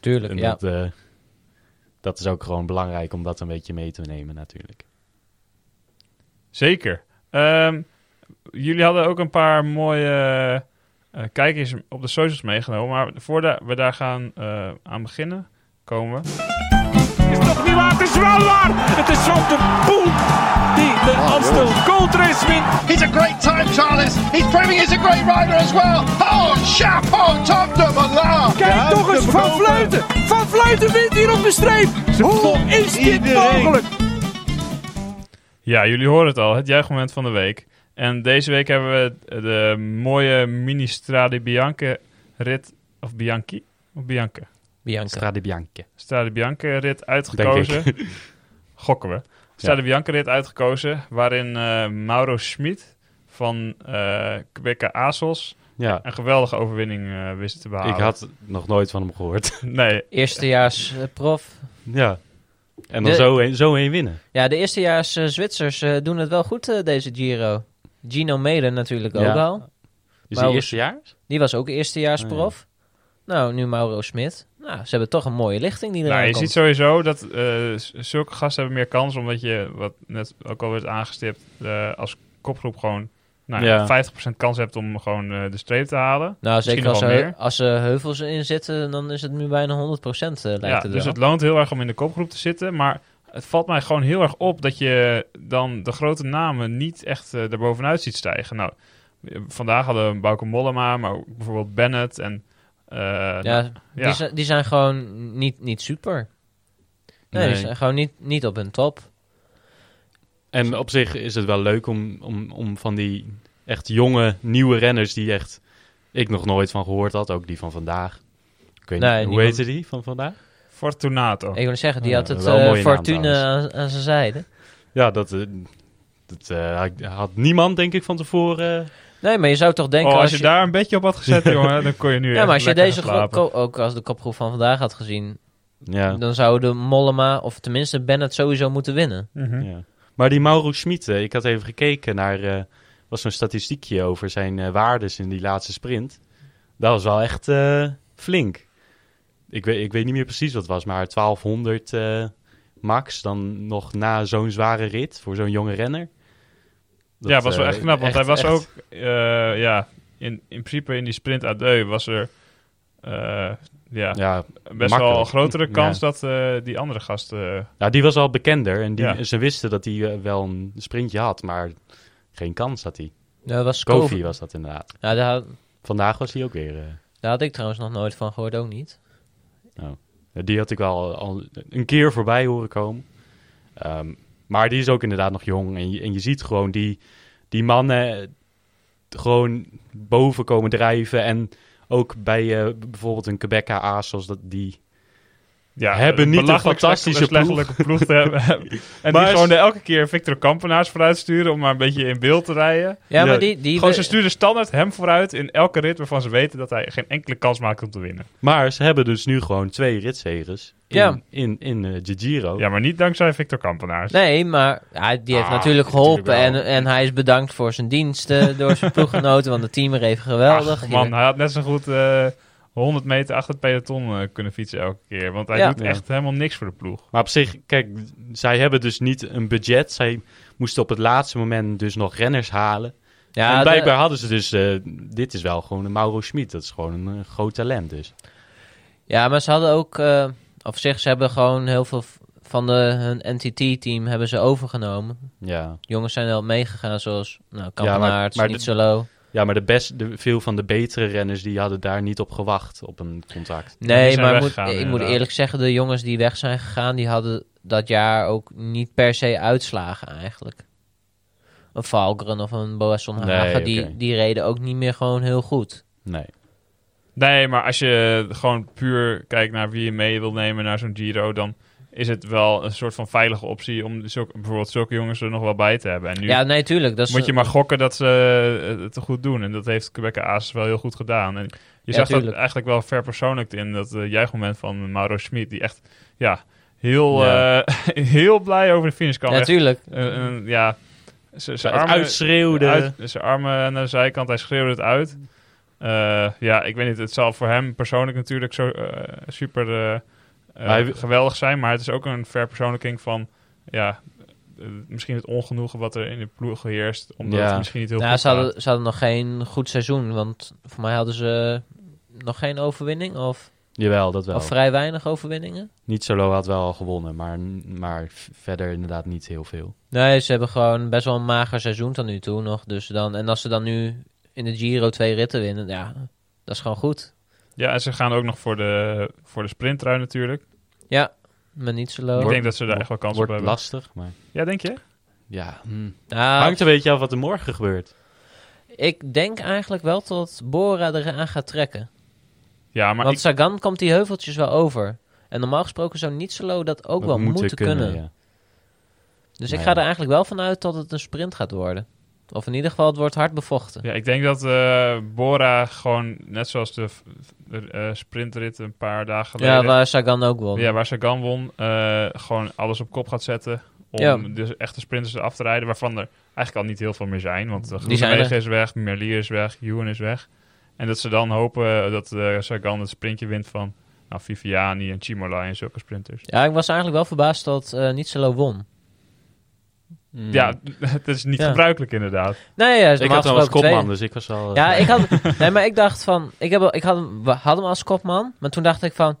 Tuurlijk, En ja. dat, eh, dat is ook gewoon belangrijk om dat een beetje mee te nemen natuurlijk. zeker. Ehm, jullie hadden ook een paar mooie eh, eh, kijkers op de socials meegenomen. Maar voordat we daar gaan eh, aan beginnen, komen we. is toch niet waar? Het is wel waar! Het is Van de Poel die de Amstel Gold Race wint. He's a great time, Charles. He's proving he's a great rider as well. Oh, chapeau, top de Malar. Kijk toch eens, Van Vleuten! Van Vleuten wint hier op de streep! Hoe is dit mogelijk? Ja, jullie horen het al, het juichmoment van de week. En deze week hebben we de mooie mini Strade Bianca rit of Bianchi, of Bianca. Bianca. Strade Bianche. Strade Bianca rit uitgekozen. Gokken we. Strade Bianca rit uitgekozen, waarin eh, Mauro Schmid van eh Quebecca ASOS Ja, een geweldige overwinning eh, wist te behalen. ik had nog nooit van hem gehoord. Nee, Eerstejaars eh, prof. ja. En dan De- zo, een, zo een winnen. Ja, de eerstejaars eh, Zwitsers eh, doen het wel goed eh, deze Giro. Gino Meden natuurlijk Ja. ook al. Is Maar hij hoe- eerstejaars? Die was ook eerstejaars Oh, ja. prof. Nou, nu Mauro Smit. Nou, ze hebben toch een mooie lichting die eraan nou, je komt. ziet sowieso dat eh, z- zulke gasten hebben meer kans, omdat je, wat net ook al werd aangestipt, eh, als kopgroep gewoon nou, Ja. 50% kans hebt om gewoon eh, de streep te halen. Nou, Misschien zeker als nog er, wel heu- meer. als er heuvels in zitten, dan is het nu bijna 100% eh, lijkt Ja, het dus wel. het loont heel erg om in de kopgroep te zitten, maar het valt mij gewoon heel erg op dat je dan de grote namen niet echt eh erbovenuit ziet stijgen. Nou, eh, vandaag hadden Bauke Mollema, maar ook bijvoorbeeld Bennett en... eh, ja, nou, Die, zijn, die zijn gewoon niet, niet super. Nee, die Nee. zijn gewoon niet, niet op hun top. En op zich is het wel leuk om, om, om van die echt jonge, nieuwe renners die echt ik nog nooit van gehoord had, ook die van vandaag. Ik weet Nee, niet, hoe niemand- heette die van vandaag? Fortunato. Ik wil zeggen, die Ja, had het wel een eh, mooie naam fortune aan, aan zijn zijde. Ja, dat, eh, dat eh, had niemand denk ik van tevoren. eh, Nee, maar je zou toch denken... oh, als je, daar een bedje op had gezet, jongen, dan kon je nu Ja, echt maar als je lekker deze gaan gro- slapen. ko- ook als de kopgroep van vandaag had gezien, eh, ja. dan zouden Mollema of tenminste Bennett sowieso moeten winnen. Mhm. Ja. Maar die Mauro Schmid, eh, ik had even gekeken naar. eh was zo'n statistiekje over zijn eh, waardes in die laatste sprint. Dat was wel echt eh, flink. Ik weet, ik weet niet meer precies wat het was, maar 1200 eh, max. Dan nog na zo'n zware rit voor zo'n jonge renner. Dat, ja, was wel eh, echt knap. Want hij was echt- ook, eh, ja, in, in principe in die sprint à deux was er eh, ja, Ja, best wel makkelijk. een grotere Ja. kans dat eh, die andere gasten. nou, die was al bekender. En die, Ja. ze wisten dat hij eh, wel een sprintje had, maar geen kans had hij. Nou, dat was Kofi Kofi. was dat inderdaad. Ja, daar, had- Vandaag was hij ook weer. eh, daar had ik trouwens nog nooit van gehoord, ook niet. Ja, Eh, Die had ik wel al een keer voorbij horen komen. Ehm, maar die is ook inderdaad nog jong. En je, en je ziet gewoon die, die mannen eh, gewoon boven komen drijven. En ook bij eh, bijvoorbeeld een Quebecca A's, zoals dat die... Ja, Hebben niet een belachelijk fantastische slecht- slechtelijke ploeg te hebben. en Maar die is- gewoon elke keer Victor Kampenaars vooruit sturen om maar een beetje in beeld te rijden. Ja, Ja, maar die... die Gewoon, ze sturen standaard hem vooruit in elke rit waarvan ze weten dat hij geen enkele kans maakt om te winnen. Maar ze hebben dus nu gewoon twee ritzegers in, Ja. in, in eh, de Giro. Ja, maar niet dankzij Victor Kampenaars. Nee, maar ja, die heeft Ah, natuurlijk natuurlijk geholpen. En, wel. en hij is bedankt voor zijn diensten door zijn ploeggenoten. Want het team er even geweldig. Ach, man, hij had net zo goed eh, 100 meter achter het peloton eh, kunnen fietsen elke keer. Want hij Ja. doet echt helemaal niks voor de ploeg. Maar op zich, kijk, zij hebben dus niet een budget. Zij moesten op het laatste moment dus nog renners halen. ja, en de- blijkbaar hadden ze dus... eh, dit is wel gewoon een Mauro Schmid. Dat is gewoon een, eh, groot talent dus. ja, maar ze hadden ook... eh op zich, ze hebben gewoon heel veel v- van de, hun NTT-team hebben ze overgenomen. Ja, Jongens zijn wel meegegaan, zoals nou, maar- Kampenaarts, maar niet de- Nietzselo. ja maar de best, de, veel van de betere renners die hadden daar niet op gewacht op een contract. die Nee, zijn maar ik weggegaan, moet, ik moet inderdaad. eerlijk zeggen, de jongens die weg zijn gegaan... die hadden dat jaar ook niet per se uitslagen eigenlijk. Een Valkeren of een Boasson Nee, Hagen, oké. die, die reden ook niet meer gewoon heel goed. Nee. Nee, maar als je gewoon puur kijkt naar wie je mee wil nemen naar zo'n Giro, dan is het wel een soort van veilige optie om zulke, bijvoorbeeld zulke jongens er nog wel bij te hebben. En nu Ja, nee, tuurlijk. Dat is, moet je maar gokken dat ze eh, het goed doen. En dat heeft Quebec Aas wel heel goed gedaan. En je zag dat tuurlijk. eigenlijk wel verpersoonlijkt in dat eh, juichmoment van Mauro Schmid, die echt ja, heel, Ja. eh, heel blij over de finish kwam. Echt, Natuurlijk. eh, eh, ja, ze- ze Het armen- uitschreeuwde. uit- zijn armen naar de zijkant, hij schreeuwde het uit. Eh, ja, ik weet niet, het zal voor hem persoonlijk natuurlijk zo eh, super eh, eh, Hij- geweldig zijn, maar het is ook een verpersoonlijking van, ja, eh, misschien het ongenoegen wat er in de ploeg heerst, omdat Ja. het misschien niet heel Nou, goed ze, gaat. hadden, ze hadden nog geen goed seizoen, want voor mij hadden ze eh, nog geen overwinning of, Jawel, dat wel. of eh, vrij weinig overwinningen. Niet solo had wel al gewonnen, maar, maar v- verder inderdaad niet heel veel. Nee, ze hebben gewoon best wel een mager seizoen tot nu toe nog. Dus dan, en als ze dan nu in de Giro twee ritten winnen, ja, dat is gewoon goed. Ja, en ze gaan ook nog voor de, voor de sprintrui natuurlijk. Ja, maar niet zo ik low. denk dat ze daar echt wel kans op Wordt hebben. Ah, lastig, maar Ja, denk je? ja. hm. Nou, Hangt een beetje af wat er morgen gebeurt. ik denk eigenlijk wel dat Bora eraan gaat trekken. Ja, maar Want ik, Sagan komt die heuveltjes wel over. En normaal gesproken zou Nietzelo dat ook Dat wel moet moeten, er kunnen. ja. Dus Nou ik ga ja. er eigenlijk wel van uit dat het een sprint gaat worden. Of in ieder geval, het wordt hard bevochten. ja, ik denk dat eh, Bora gewoon, net zoals de, v- de, eh, sprintrit een paar dagen Ja, geleden... waar Sagan ook won. Ja, waar Sagan won, eh, gewoon alles op kop gaat zetten. Om Ja. de echte sprinters af te rijden, waarvan er eigenlijk al niet heel veel meer zijn. Want de zijn Groenewegen is weg, Merlier is weg, Ewan is weg. En dat ze dan hopen eh, dat eh, Sagan het sprintje wint van nou, Viviani en Chimola en zulke sprinters. Ja, ik was eigenlijk wel verbaasd dat eh Nietzelo won. Mm. Ja, het is niet Ja. gebruikelijk inderdaad. Nee, ja, ik is normaal had hem als gesproken kopman, tweede. dus ik was al... Ja, ik had, nee, maar ik dacht van, ik, heb, wel- ik had, hem, we hadden hem als kopman, maar toen dacht ik van,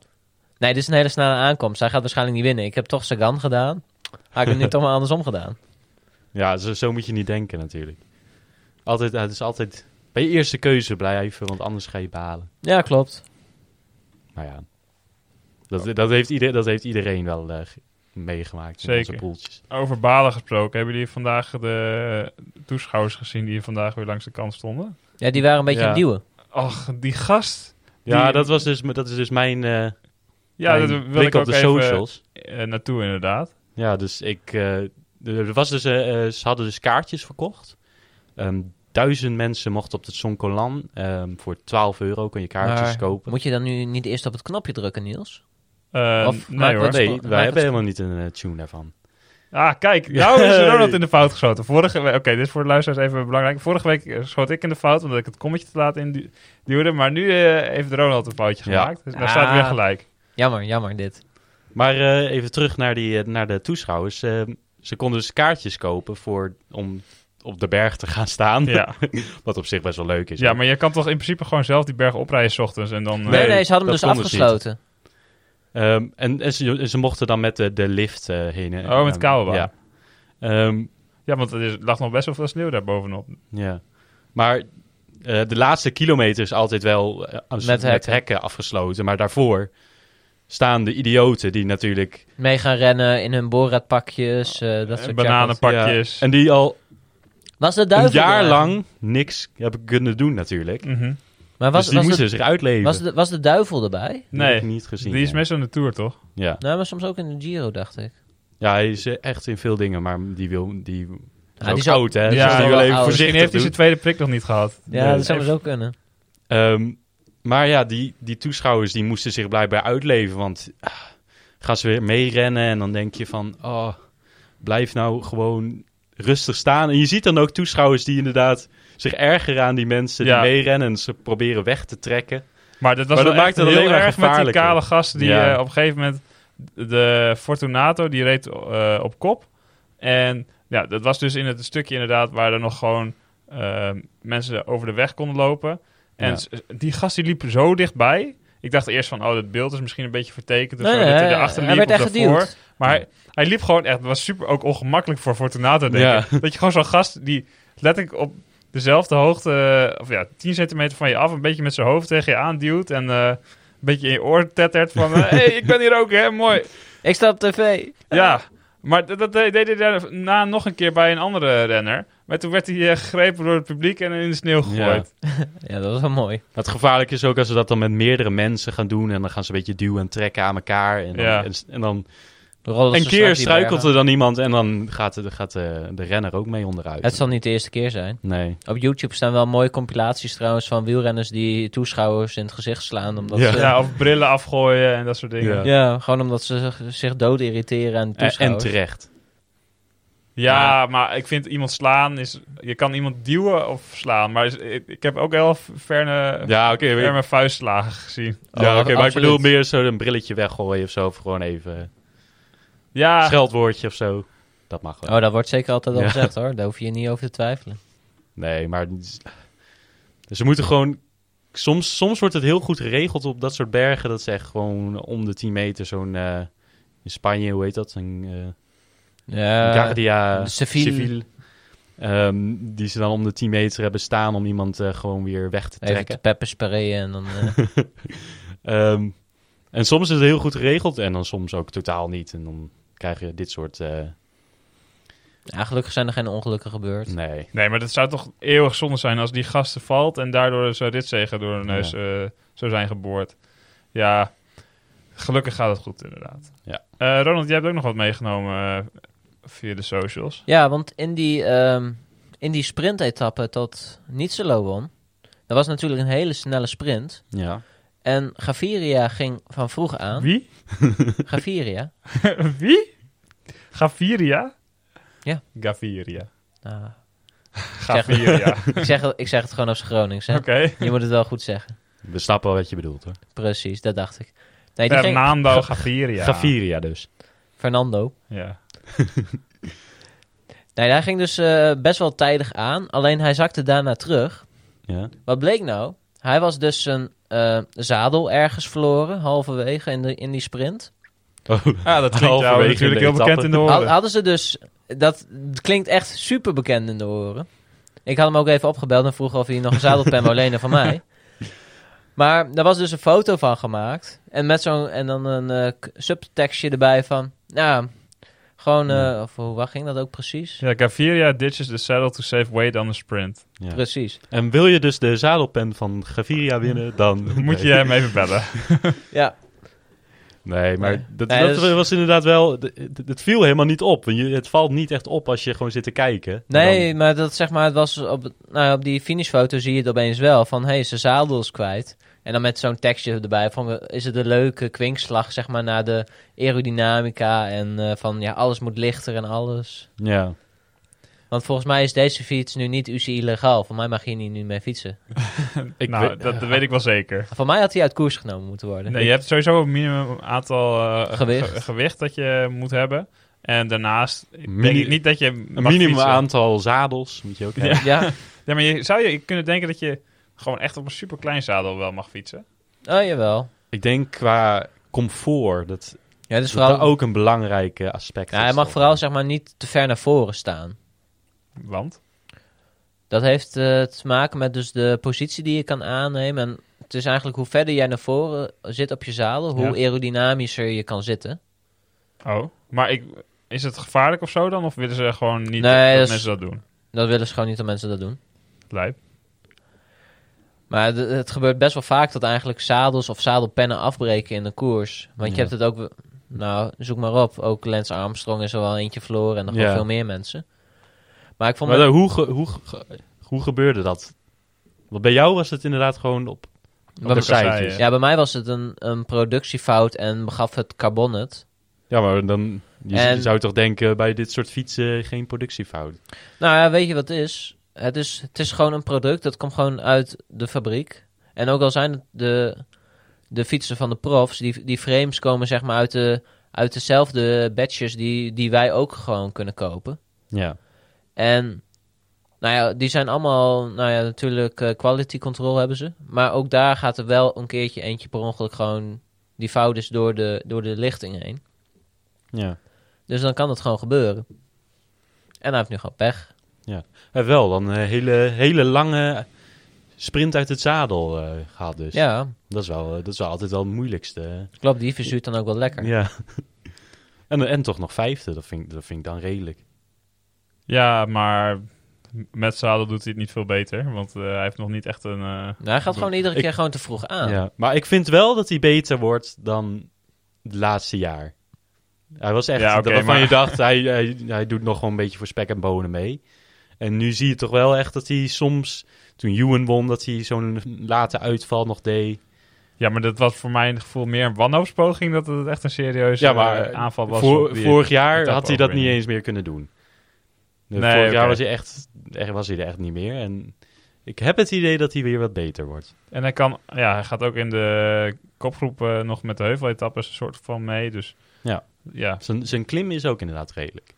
nee, dit is een hele snelle aankomst. Hij gaat waarschijnlijk niet winnen. Ik heb toch Sagan gedaan. Had ik hem nu toch maar andersom gedaan. Ja, zo, zo moet je niet denken natuurlijk. Altijd, het is altijd bij je eerste keuze blijven, want anders ga je balen. Ja, klopt. Nou ja, dat, dat, heeft, ieder, dat heeft iedereen wel eh, ge- meegemaakt in Zeker. onze poeltjes. Over balen gesproken, hebben jullie vandaag de toeschouwers gezien die vandaag weer langs de kant stonden? Ja, die waren een beetje Ja. een duwen. Ach, die gast. Ja, Die- dat, was dus, m- dat is dus mijn, eh Ja, mijn dat wil blik ik op ook de even socials. eh, naartoe inderdaad. Ja, dus ik. eh, er was dus, eh, eh, ze hadden dus kaartjes verkocht. Ehm, duizend mensen mochten op het Sonkolan. ehm voor 12 euro kun je kaartjes Maar kopen. Moet je dan nu niet eerst op het knopje drukken, Niels? Eh, Of nee maakt hoor. dat nee, Maak wij het hebben helemaal niet een eh, tune daarvan. Ah, kijk, nou is Ronald in de fout geschoten. Vorige we- Oké, dit is voor de luisteraars even belangrijk. Vorige week eh, schoot ik in de fout, omdat ik het kommetje te laat in duwde. Maar nu eh, heeft Ronald een foutje Ja. gemaakt. Dus daar staat weer Ah. gelijk. Jammer, jammer dit. Maar eh, even terug naar, die, eh, naar de toeschouwers. Ehm, ze konden dus kaartjes kopen voor, om op de berg te gaan staan. Ja. Wat op zich best wel leuk is. ja, maar je kan toch in principe gewoon zelf die berg oprijden 's ochtends en dan... eh, Nee, nee, ze hadden dat hem dus kon dus niet. afgesloten. Ehm, en en ze, ze mochten dan met de, de lift eh, heen. eh, Oh, met ehm, Kouwenbaan. Ja. Ehm, Ja, want er is- lag nog best wel veel sneeuw daar bovenop. Ja, maar eh, de laatste kilometer is altijd wel eh, als- Met met, hekken. hekken. afgesloten. Maar daarvoor staan de idioten die natuurlijk... Mee gaan rennen in hun Borat-pakjes, eh, dat En soort jackpot. bananenpakjes. Ja, en die al Was de duivel een jaar er? lang niks hebben kunnen doen natuurlijk. Mhm. Maar Was, was, dus die was, moesten de, zich uitleven. was, de, was de duivel erbij? Die heb ik Nee, niet gezien. die is ja. meestal in de Tour, toch? Ja. Nou, maar soms ook in de Giro, dacht ik. ja, hij is eh, echt in veel dingen, maar die wil... Die, Ah, is die ook zou- oud, Ja, hè? Dus die die wel wil even oud. Misschien voorzichtig heeft hij doen. zijn tweede prik nog niet gehad. Ja, Nee. dat zou Even- zo kunnen. Ehm, maar ja, die, die toeschouwers die moesten zich blijkbaar uitleven. Want ah, gaan ze weer meerennen en dan denk je van... Oh, blijf nou gewoon rustig staan. En je ziet dan ook toeschouwers die inderdaad zich ergeren aan die mensen Ja. die meerennen. En ze proberen weg te trekken. Maar dat was Maar wel dat echt maakt het heel alleen maar erg met die gevaarlijker. kale gast die Ja. eh, op een gegeven moment de Fortunato die reed eh, op kop. En ja, dat was dus in het stukje inderdaad waar er nog gewoon eh, mensen over de weg konden lopen. En Ja. s- die gast die liep zo dichtbij. Ik dacht eerst van, oh, dat beeld is misschien een beetje vertekend. Of Nee, zo, nee, dat hij hij- erachter hij liep werd of echt daarvoor. geduwd. Maar hij, hij liep gewoon echt, het was super ook ongemakkelijk voor Fortunato, denk Ja. ik. Dat je gewoon zo'n gast die letterlijk op dezelfde hoogte, eh, of ja, 10 centimeter van je af, een beetje met zijn hoofd tegen je aanduwt en eh, een beetje in je oor tettert van, hé, hey, ik ben hier ook, hè, mooi. Ik sta op tv. Ja, maar dat, dat deed hij daarna nog een keer bij een andere renner. Maar toen werd hij eh, gegrepen door het publiek en in de sneeuw gegooid. Ja, dat was wel mooi. Het gevaarlijke is ook als ze dat dan met meerdere mensen gaan doen. En dan gaan ze een beetje duwen en trekken aan elkaar. En dan, Ja. en, en dan De rollen een ze straks keer die struikelt er bergen. dan iemand. En dan gaat, de- gaat de, de renner ook mee onderuit. Het zal niet de eerste keer zijn. Nee. Op YouTube staan wel mooie compilaties trouwens van wielrenners die toeschouwers in het gezicht slaan. Omdat Ja. ze, Ja, of brillen afgooien en dat soort dingen. Ja. Ja, Ja, gewoon omdat ze zich- zich dood irriteren aan de En, en toeschouwers. terecht. maar ik vind iemand slaan is... Je kan iemand duwen of slaan, maar is- ik, ik heb ook heel verne, Ja, oké. Ik heb mijn vuistslagen gezien. Oh, ja, oké, maar ik absoluut. bedoel meer zo een brilletje weggooien of zo. Of gewoon even een Ja, scheldwoordje of zo. Dat mag wel. Ah. Oh, dat wordt zeker altijd al Ja. gezegd hoor. Daar hoef je niet over te twijfelen. Nee, maar ze moeten gewoon... Soms, soms wordt het heel goed geregeld op dat soort bergen. Dat ze echt gewoon om de 10 meter zo'n... eh, in Spanje, hoe heet dat? Een eh, Ja, Guardia de Civil. Ehm, die ze dan om de 10 meter hebben staan om iemand eh, gewoon weer weg te even de trekken. peppers pareren en dan... eh, Ehm, en soms is het heel goed geregeld en dan soms ook totaal niet. En dan krijg je dit soort eh, Ja, gelukkig zijn er geen ongelukken gebeurd. Nee. Nee, maar dat zou toch eeuwig zonde zijn als die gasten valt en daardoor zou dit zegen door hun neus eh, zou zijn geboord. Ja, gelukkig gaat het goed inderdaad. Ja. Eh, Ronald, jij hebt ook nog wat meegenomen eh, via de socials. Ja, want in die, ehm in die sprintetappe tot Nietzelo won, dat was natuurlijk een hele snelle sprint. Ja. En Gaviria ging van vroeg aan. Wie? Gaviria. Wie? Gaviria? Ja. Gaviria. Nou, Gaviria. ik, zeg, het- ik zeg het gewoon op zijn Gronings, hè? Oké. Je moet het wel goed zeggen. We snappen wel wat je bedoelt, hoor. Precies, dat dacht ik. Nee, die ging... Fernando Eh, Gaviria. Gaviria dus. Fernando. Ja. Nee, hij ging dus eh, best wel tijdig aan. Alleen hij zakte daarna terug. Ja. Wat bleek nou? Hij was dus zijn eh, zadel ergens verloren, halverwege in, de, in die sprint. Ah, dat klinkt Oh. Halverwege nou in natuurlijk de heel bekend etappe. in de Had- oren. hadden ze dus... Dat klinkt echt super bekend in de oren. Ik had hem ook even opgebeld en vroeg of hij nog een zadelpen wou lenen van mij. Maar daar was dus een foto van gemaakt. En, met zo'n, en dan een eh, k- subtekstje erbij van... Nou, gewoon... eh, of hoe waar ging dat ook precies? Ja, Gaviria ditches the saddle to save weight on the sprint. Ja. Precies. En wil je dus de zadelpen van Gaviria winnen, dan... Moet je hem even bellen. Ja, Nee, maar Nee. dat, Nee, dat dat is- was inderdaad wel... d- d- Het viel helemaal niet op. Want je- Het valt niet echt op als je gewoon zit te kijken. Nee, maar dat zeg maar, het was op, nou, op die finishfoto zie je het opeens wel van hé, hey, zijn zadel is kwijt. En dan met zo'n tekstje erbij van eh, is het een leuke kwinkslag zeg maar naar de aerodynamica en eh, van ja, alles moet lichter en alles. Dan- Ja. Want volgens mij is deze fiets nu niet UCI legaal. Voor mij mag je hier niet nu mee fietsen. Ik nou, weet- dat, dat weet ik wel zeker. Voor mij had hij uit koers genomen moeten worden. Nee, je hebt sowieso een minimum aantal eh, Gewicht. ge- gewicht dat je moet hebben. En daarnaast denk Mini- ik niet dat je Een mag minimum fietsen. aantal zadels moet je ook hebben. Ja. Ja, Ja, maar je zou je kunnen denken dat je gewoon echt op een superklein zadel wel mag fietsen. oh jawel. Ik denk qua comfort, dat, Ja, dus dat daar vooral, ook een belangrijk eh, aspect ja, hij is. mag vooral zeg maar niet te ver naar voren staan. Want? Dat heeft eh, te maken met dus de positie die je kan aannemen. En het is eigenlijk hoe verder jij naar voren zit op je zadel, hoe Ja. aerodynamischer je kan zitten. Oh. Maar ik, is het gevaarlijk of zo dan? Of willen ze gewoon niet Nee, dat dat is- mensen dat doen? Dat willen ze gewoon niet dat mensen dat doen. Lijp. Maar d- het gebeurt best wel vaak dat eigenlijk zadels of zadelpennen afbreken in de koers. Want je Ja. hebt het ook, nou zoek maar op, ook Lance Armstrong is er wel eentje verloren en nog wel Ja. veel meer mensen. Maar ik vond Maar het- dan hoe, ge- hoe, ge- hoe gebeurde dat? Want bij jou was het inderdaad gewoon op, op bij de mij- kasseien. zijtjes. ja, bij mij was het een, een productiefout en begaf het carbon het. Ja, maar dan je En- zou toch denken bij dit soort fietsen geen productiefout. Nou ja, weet je wat het is? Het is, het is gewoon een product, dat komt gewoon uit de fabriek. En ook al zijn het de, de fietsen van de profs, die, die frames komen zeg maar uit, de, uit dezelfde batches die, die wij ook gewoon kunnen kopen. Ja. En nou ja, die zijn allemaal, nou ja, natuurlijk eh, quality control hebben ze. Maar ook daar gaat er wel een keertje eentje per ongeluk gewoon, die fout is door de, door de lichting heen. ja. Dus dan kan dat gewoon gebeuren. En hij heeft nu gewoon pech. Hij heeft Eh, wel dan een hele, hele lange sprint uit het zadel eh, gehad dus. Ja, Dat, is wel, eh, dat is wel altijd wel het moeilijkste. klopt, die verzuurt dan ook wel lekker. Ja. en, en toch nog vijfde, dat vind, ik- dat vind ik dan redelijk. Ja, maar met zadel doet hij het niet veel beter. Want eh, hij heeft nog niet echt een... eh, Nou, hij gaat gewoon iedere Ik- keer gewoon te vroeg aan. Ja, maar ik vind wel dat hij beter wordt dan het laatste jaar. Hij was echt, Ja, oké, waarvan maar- je dacht, hij, hij, hij doet nog gewoon een beetje voor spek en bonen mee. En nu zie je toch wel echt dat hij soms, toen Ewan won, dat hij zo'n late uitval nog deed. Ja, maar dat was voor mijn gevoel meer een wanhoopspoging... dat het echt een serieuze Ja, maar, eh, aanval was. Voor- op die- vorig jaar etappe had hij dat niet overwinning. eens meer kunnen doen. Nee, vorig jaar oké. was hij, echt, echt- was hij er echt niet meer. En ik heb het idee dat hij weer wat beter wordt. En hij, kan, ja, hij gaat ook in de kopgroep eh, nog met de heuveletappes een soort van mee. Dus Ja. ja. Zijn, zijn klim is ook inderdaad redelijk.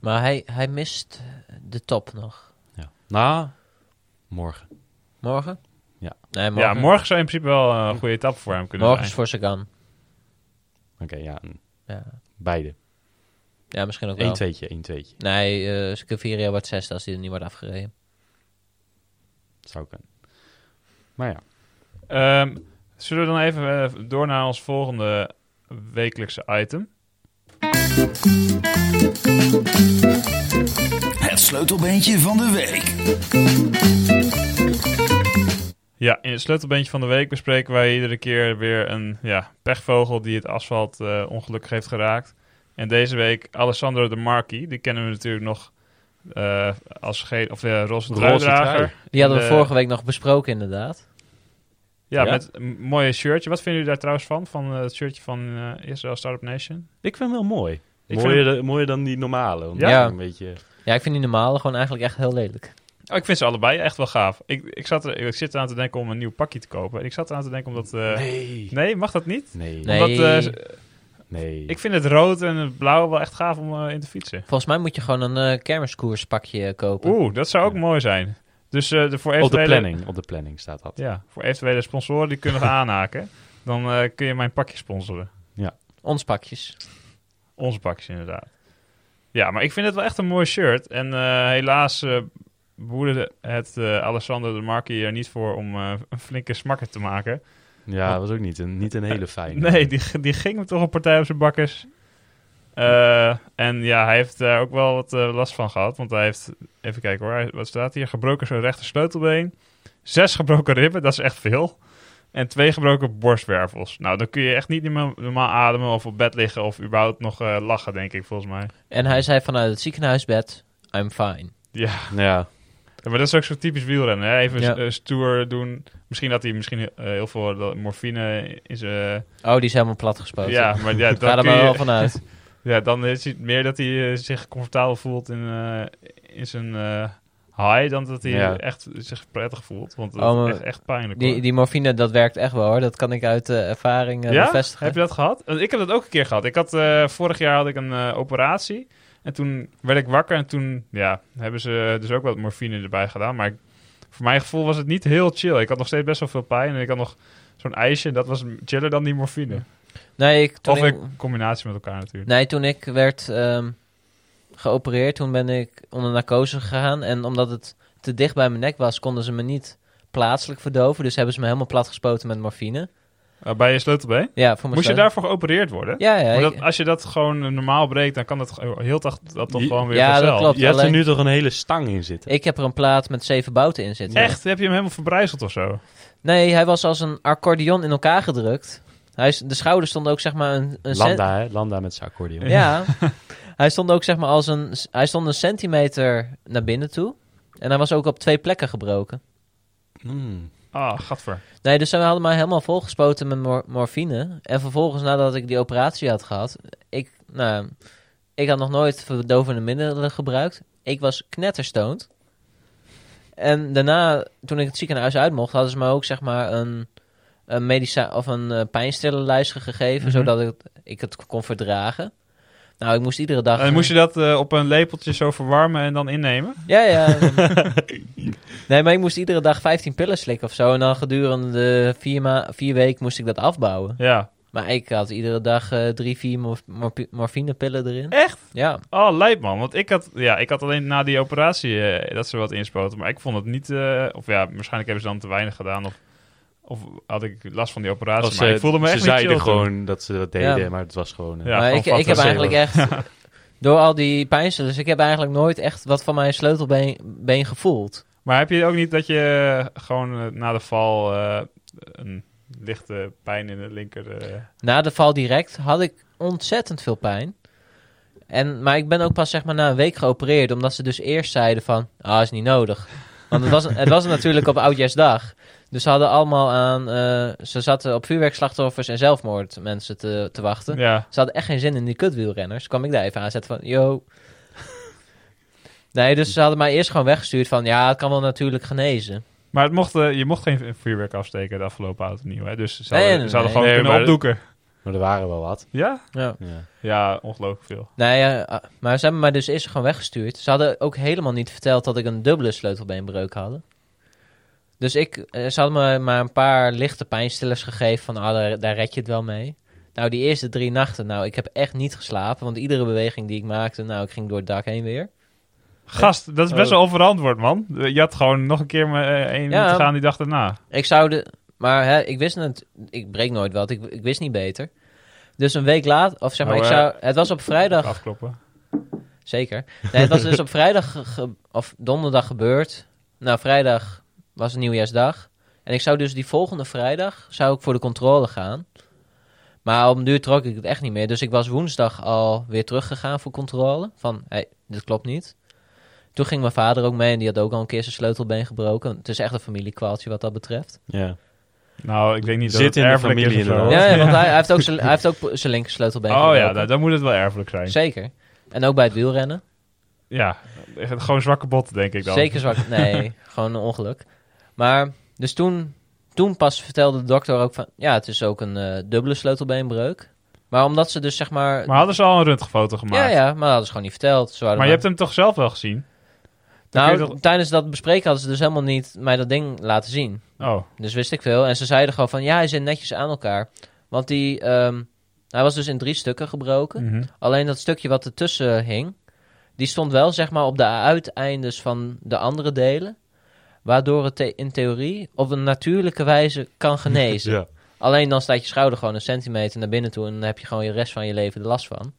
Maar hij, hij mist de top nog. Ja. Na morgen. Morgen? Ja. Nee, ja, morgen. morgen zou in principe wel eh, een goede etappe voor hem kunnen Morgen is zijn. voor Sagan. Oké, ja. en Ja. Beide. ja, misschien ook wel. Eén tweetje, één tweetje. Nee, eh Scaviria wordt zesde als hij er niet wordt afgereden. Dat zou kunnen. Maar ja. Ehm, zullen we dan even eh, door naar ons volgende wekelijkse item? Het sleutelbeentje van de week. Ja, in het sleutelbeentje van de week bespreken wij iedere keer weer een ja, pechvogel die het asfalt eh, ongelukkig heeft geraakt. En deze week Alessandro De Marchi, die kennen we natuurlijk nog eh, als geen, of, eh roze Roze trui. truidrager. Die hadden we Eh, vorige week nog besproken, inderdaad. Ja, Ja. met een mooi shirtje. Wat vinden jullie daar trouwens van? Van eh, het shirtje van eh, Israel Startup Nation? Ik vind hem wel mooi. Ik mooier, dan- mooier dan die normale. want Ja. die Een beetje... Ja, ik vind die normale gewoon eigenlijk echt heel lelijk. Oh, ik vind ze allebei echt wel gaaf. Ik, ik, zat er, ik zit eraan te denken om een nieuw pakje te kopen. En ik zat eraan te denken omdat... eh, nee. Nee. mag dat niet? Nee. Nee. Omdat, eh, z- nee. ik vind het rood en het blauw wel echt gaaf om eh, in te fietsen. Volgens mij moet je gewoon een eh, kermiskoerspakje eh, kopen. Oeh, dat zou ook Ja. mooi zijn. Dus eh, de, voor op de eventuele, planning. Op de planning staat dat. Ja, voor eventuele sponsoren die kunnen we aanhaken. Dan eh, kun je mijn pakje sponsoren. Ons pakjes. Onze pakjes inderdaad. Ja, maar ik vind het wel echt een mooi shirt. En eh, helaas eh boerde het eh Alessandro de Marchi er niet voor om eh, een flinke smakker te maken. Ja, dat was ook niet een, niet een hele fijne. Nee, die, die ging hem toch een partij op zijn bakkers. Eh, en ja, hij heeft daar ook wel wat eh, last van gehad. Want hij heeft, even kijken hoor, hij- wat staat hier? Gebroken zijn rechter sleutelbeen. Zes gebroken ribben, dat is echt veel. En twee gebroken borstwervels. Nou, dan kun je echt niet normaal, normaal ademen of op bed liggen of überhaupt nog eh, lachen, denk ik, volgens mij. En hij zei vanuit het ziekenhuisbed, I'm fine. Ja, Ja. maar dat is ook zo typisch wielrennen. Hè? Even Ja. eh, stoer doen. Misschien had hij misschien eh, heel veel morfine in zijn... Oh, die is helemaal plat gespoten. Ja, maar ja, Ga dat er kun maar je, wel vanuit. Ja, dan is het meer dat hij eh, zich comfortabel voelt in, eh, in zijn eh, high, dan dat hij Ja. echt zich prettig voelt. Want Oh, dat maar is echt, echt pijnlijk. Die, hoor. die morfine, dat werkt echt wel hoor. Dat kan ik uit eh, ervaring eh, ja? bevestigen. Heb je dat gehad? Want Ik heb dat ook een keer gehad. Ik had, eh, vorig jaar had ik een eh, operatie. En toen werd ik wakker en toen ja, hebben ze dus ook wat morfine erbij gedaan. Maar ik- voor mijn gevoel was het niet heel chill. Ik had nog steeds best wel veel pijn en ik had nog zo'n ijsje. En dat was chiller dan die morfine. Nee, ik, toen Of ik- in combinatie met elkaar natuurlijk. Nee, toen ik werd ehm, geopereerd, toen ben ik onder narcose gegaan. En omdat het te dicht bij mijn nek was, konden ze me niet plaatselijk verdoven. Dus hebben ze me helemaal plat gespoten met morfine. Eh, bij je sleutelbeen? Ja, voor mijn Moest je steun. daarvoor geopereerd worden? Ja, ja. Maar ik- dat, als je dat gewoon eh, normaal breekt, dan kan dat ge- heel dag, dat toch Je- gewoon weer Ja, dat vanzelf. klopt. Je hebt er alleen- nu toch een hele stang in zitten. Ik heb er een plaat met zeven bouten in zitten. Echt? Heb je hem helemaal verbrijzeld of zo? Nee, hij was als een accordeon in elkaar gedrukt. Hij is, de schouders stonden ook zeg maar een, een cent- Landa, hè? Landa met zijn accordeon. Ja. hij stond ook zeg maar als een... Hij stond een centimeter naar binnen toe. En hij was ook op twee plekken gebroken. Hmm. Ah, gadver. Nee, dus ze hadden mij helemaal volgespoten met mor- morfine. En vervolgens, nadat ik die operatie had gehad... Ik, nou, ik had nog nooit verdovende middelen gebruikt. Ik was knetterstoond. En daarna, toen ik het ziekenhuis uit mocht... hadden ze me ook zeg maar een, een, medici- of een eh, pijnstillerlijstje gegeven... Mhm. zodat ik, het- ik het kon verdragen. Nou, ik moest iedere dag... En moest je dat eh, op een lepeltje zo verwarmen en dan innemen? Ja, ja. nee, maar ik moest iedere dag 15 pillen slikken of zo. En dan gedurende de vier, ma- vier weken moest ik dat afbouwen. Ja. Maar ik had iedere dag eh, drie, vier mor- morpi- morfinepillen erin. Echt? Ja. Oh, lijp man. Want ik had, ja, ik had alleen na die operatie eh, dat ze wat inspoten. Maar ik vond het niet... eh, of ja, waarschijnlijk hebben ze dan te weinig gedaan. Of, of had ik last van die operatie. Als maar ik voelde me Oh, ze echt niet zeiden chill gewoon dat ze dat deden, Ja. maar het was gewoon... eh, Ja, maar gewoon ik, ik heb fantasie, eigenlijk echt... Door al die pijnstillers, ik heb eigenlijk nooit echt wat van mijn sleutelbeen been gevoeld. toen. Maar heb je ook niet dat je eh, gewoon eh, na de val... eh, een lichte pijn in de linker... eh, Na de val direct had ik ontzettend veel pijn. En, maar ik ben ook pas zeg maar na een week geopereerd, omdat ze dus eerst zeiden van, ah, is niet nodig. Want het was, het was natuurlijk op Oudjaarsdag. Dus ze hadden allemaal aan, eh, ze zaten op vuurwerkslachtoffers en zelfmoordmensen te, te wachten. ja. Ze hadden echt geen zin in die kutwielrenners. kwam ik daar even aanzetten van, yo. Nee, dus ze hadden mij eerst gewoon weggestuurd van, ja, het kan wel natuurlijk genezen. Maar het mocht, eh, je mocht geen vuurwerk afsteken de afgelopen auto nieuw. Hè? Dus ze Nee, hadden, nee, ze hadden nee. gewoon Nee, kunnen maar- opdoeken. Maar er waren wel wat. Ja? Ja. Ja. Ja, ongelooflijk veel. Nee, eh, maar ze hebben mij dus eerst gewoon weggestuurd. Ze hadden ook helemaal niet verteld dat ik een dubbele sleutelbeenbreuk had. Dus ik, eh, ze hadden me maar een paar lichte pijnstillers gegeven van, ah, daar, daar red je het wel mee. Nou, die eerste drie nachten, nou, ik heb echt niet geslapen. Want iedere beweging die ik maakte, nou, ik ging door het dak heen weer. Gast, dat is Oh. best wel onverantwoord, man. Je had gewoon nog een keer maar één Ja. moeten gaan die dag daarna. Ik zou de. Maar hè, ik wist het. Ik breek nooit wat. Ik, ik wist niet beter. Dus een week later. Of zeg maar, Oh, ik eh, zou. Het was op vrijdag. Afkloppen. Zeker. Nee, het was dus op vrijdag ge- ge- of donderdag gebeurd. Nou, vrijdag was nieuwjaarsdag. En ik zou dus die volgende vrijdag zou ik voor de controle gaan. Maar op een duur trok ik het echt niet meer. Dus ik was woensdag al weer teruggegaan voor controle. Van, hé, dit klopt niet. Toen ging mijn vader ook mee en die had ook al een keer zijn sleutelbeen gebroken. Het is echt een familiekwaaltje wat dat betreft. Ja. Nou, ik denk niet Zit dat het in de erfelijk familie is of zo. inderdaad. Ja, ja, want hij, hij heeft ook zijn, hij heeft ook zijn linker sleutelbeen Oh ja, gebroken. nou, dan moet het wel erfelijk zijn. Zeker. En ook bij het wielrennen. Ja, echt gewoon zwakke botten denk ik dan. Zeker zwak. Nee, gewoon een ongeluk. Maar, dus toen, toen pas vertelde de dokter ook van... Ja, het is ook een eh, dubbele sleutelbeenbreuk. Maar omdat ze dus zeg maar... Maar hadden ze al een röntgenfoto ja, gemaakt? ja, maar dat hadden ze gewoon niet verteld. Ze waren Maar je hebt hem toch zelf wel gezien? Dan nou, kun je toch- tijdens dat bespreken hadden ze dus helemaal niet mij dat ding laten zien. Oh, Dus wist ik veel. En ze zeiden gewoon van... Ja, hij zit netjes aan elkaar. Want die... ehm, hij was dus in drie stukken gebroken. mhm. Alleen dat stukje wat ertussen hing, die stond wel zeg maar op de uiteindes van de andere delen. Waardoor het the- in theorie op een natuurlijke wijze kan genezen. Ja. Alleen dan staat je schouder gewoon een centimeter naar binnen toe en dan heb je gewoon je rest van je leven er last van.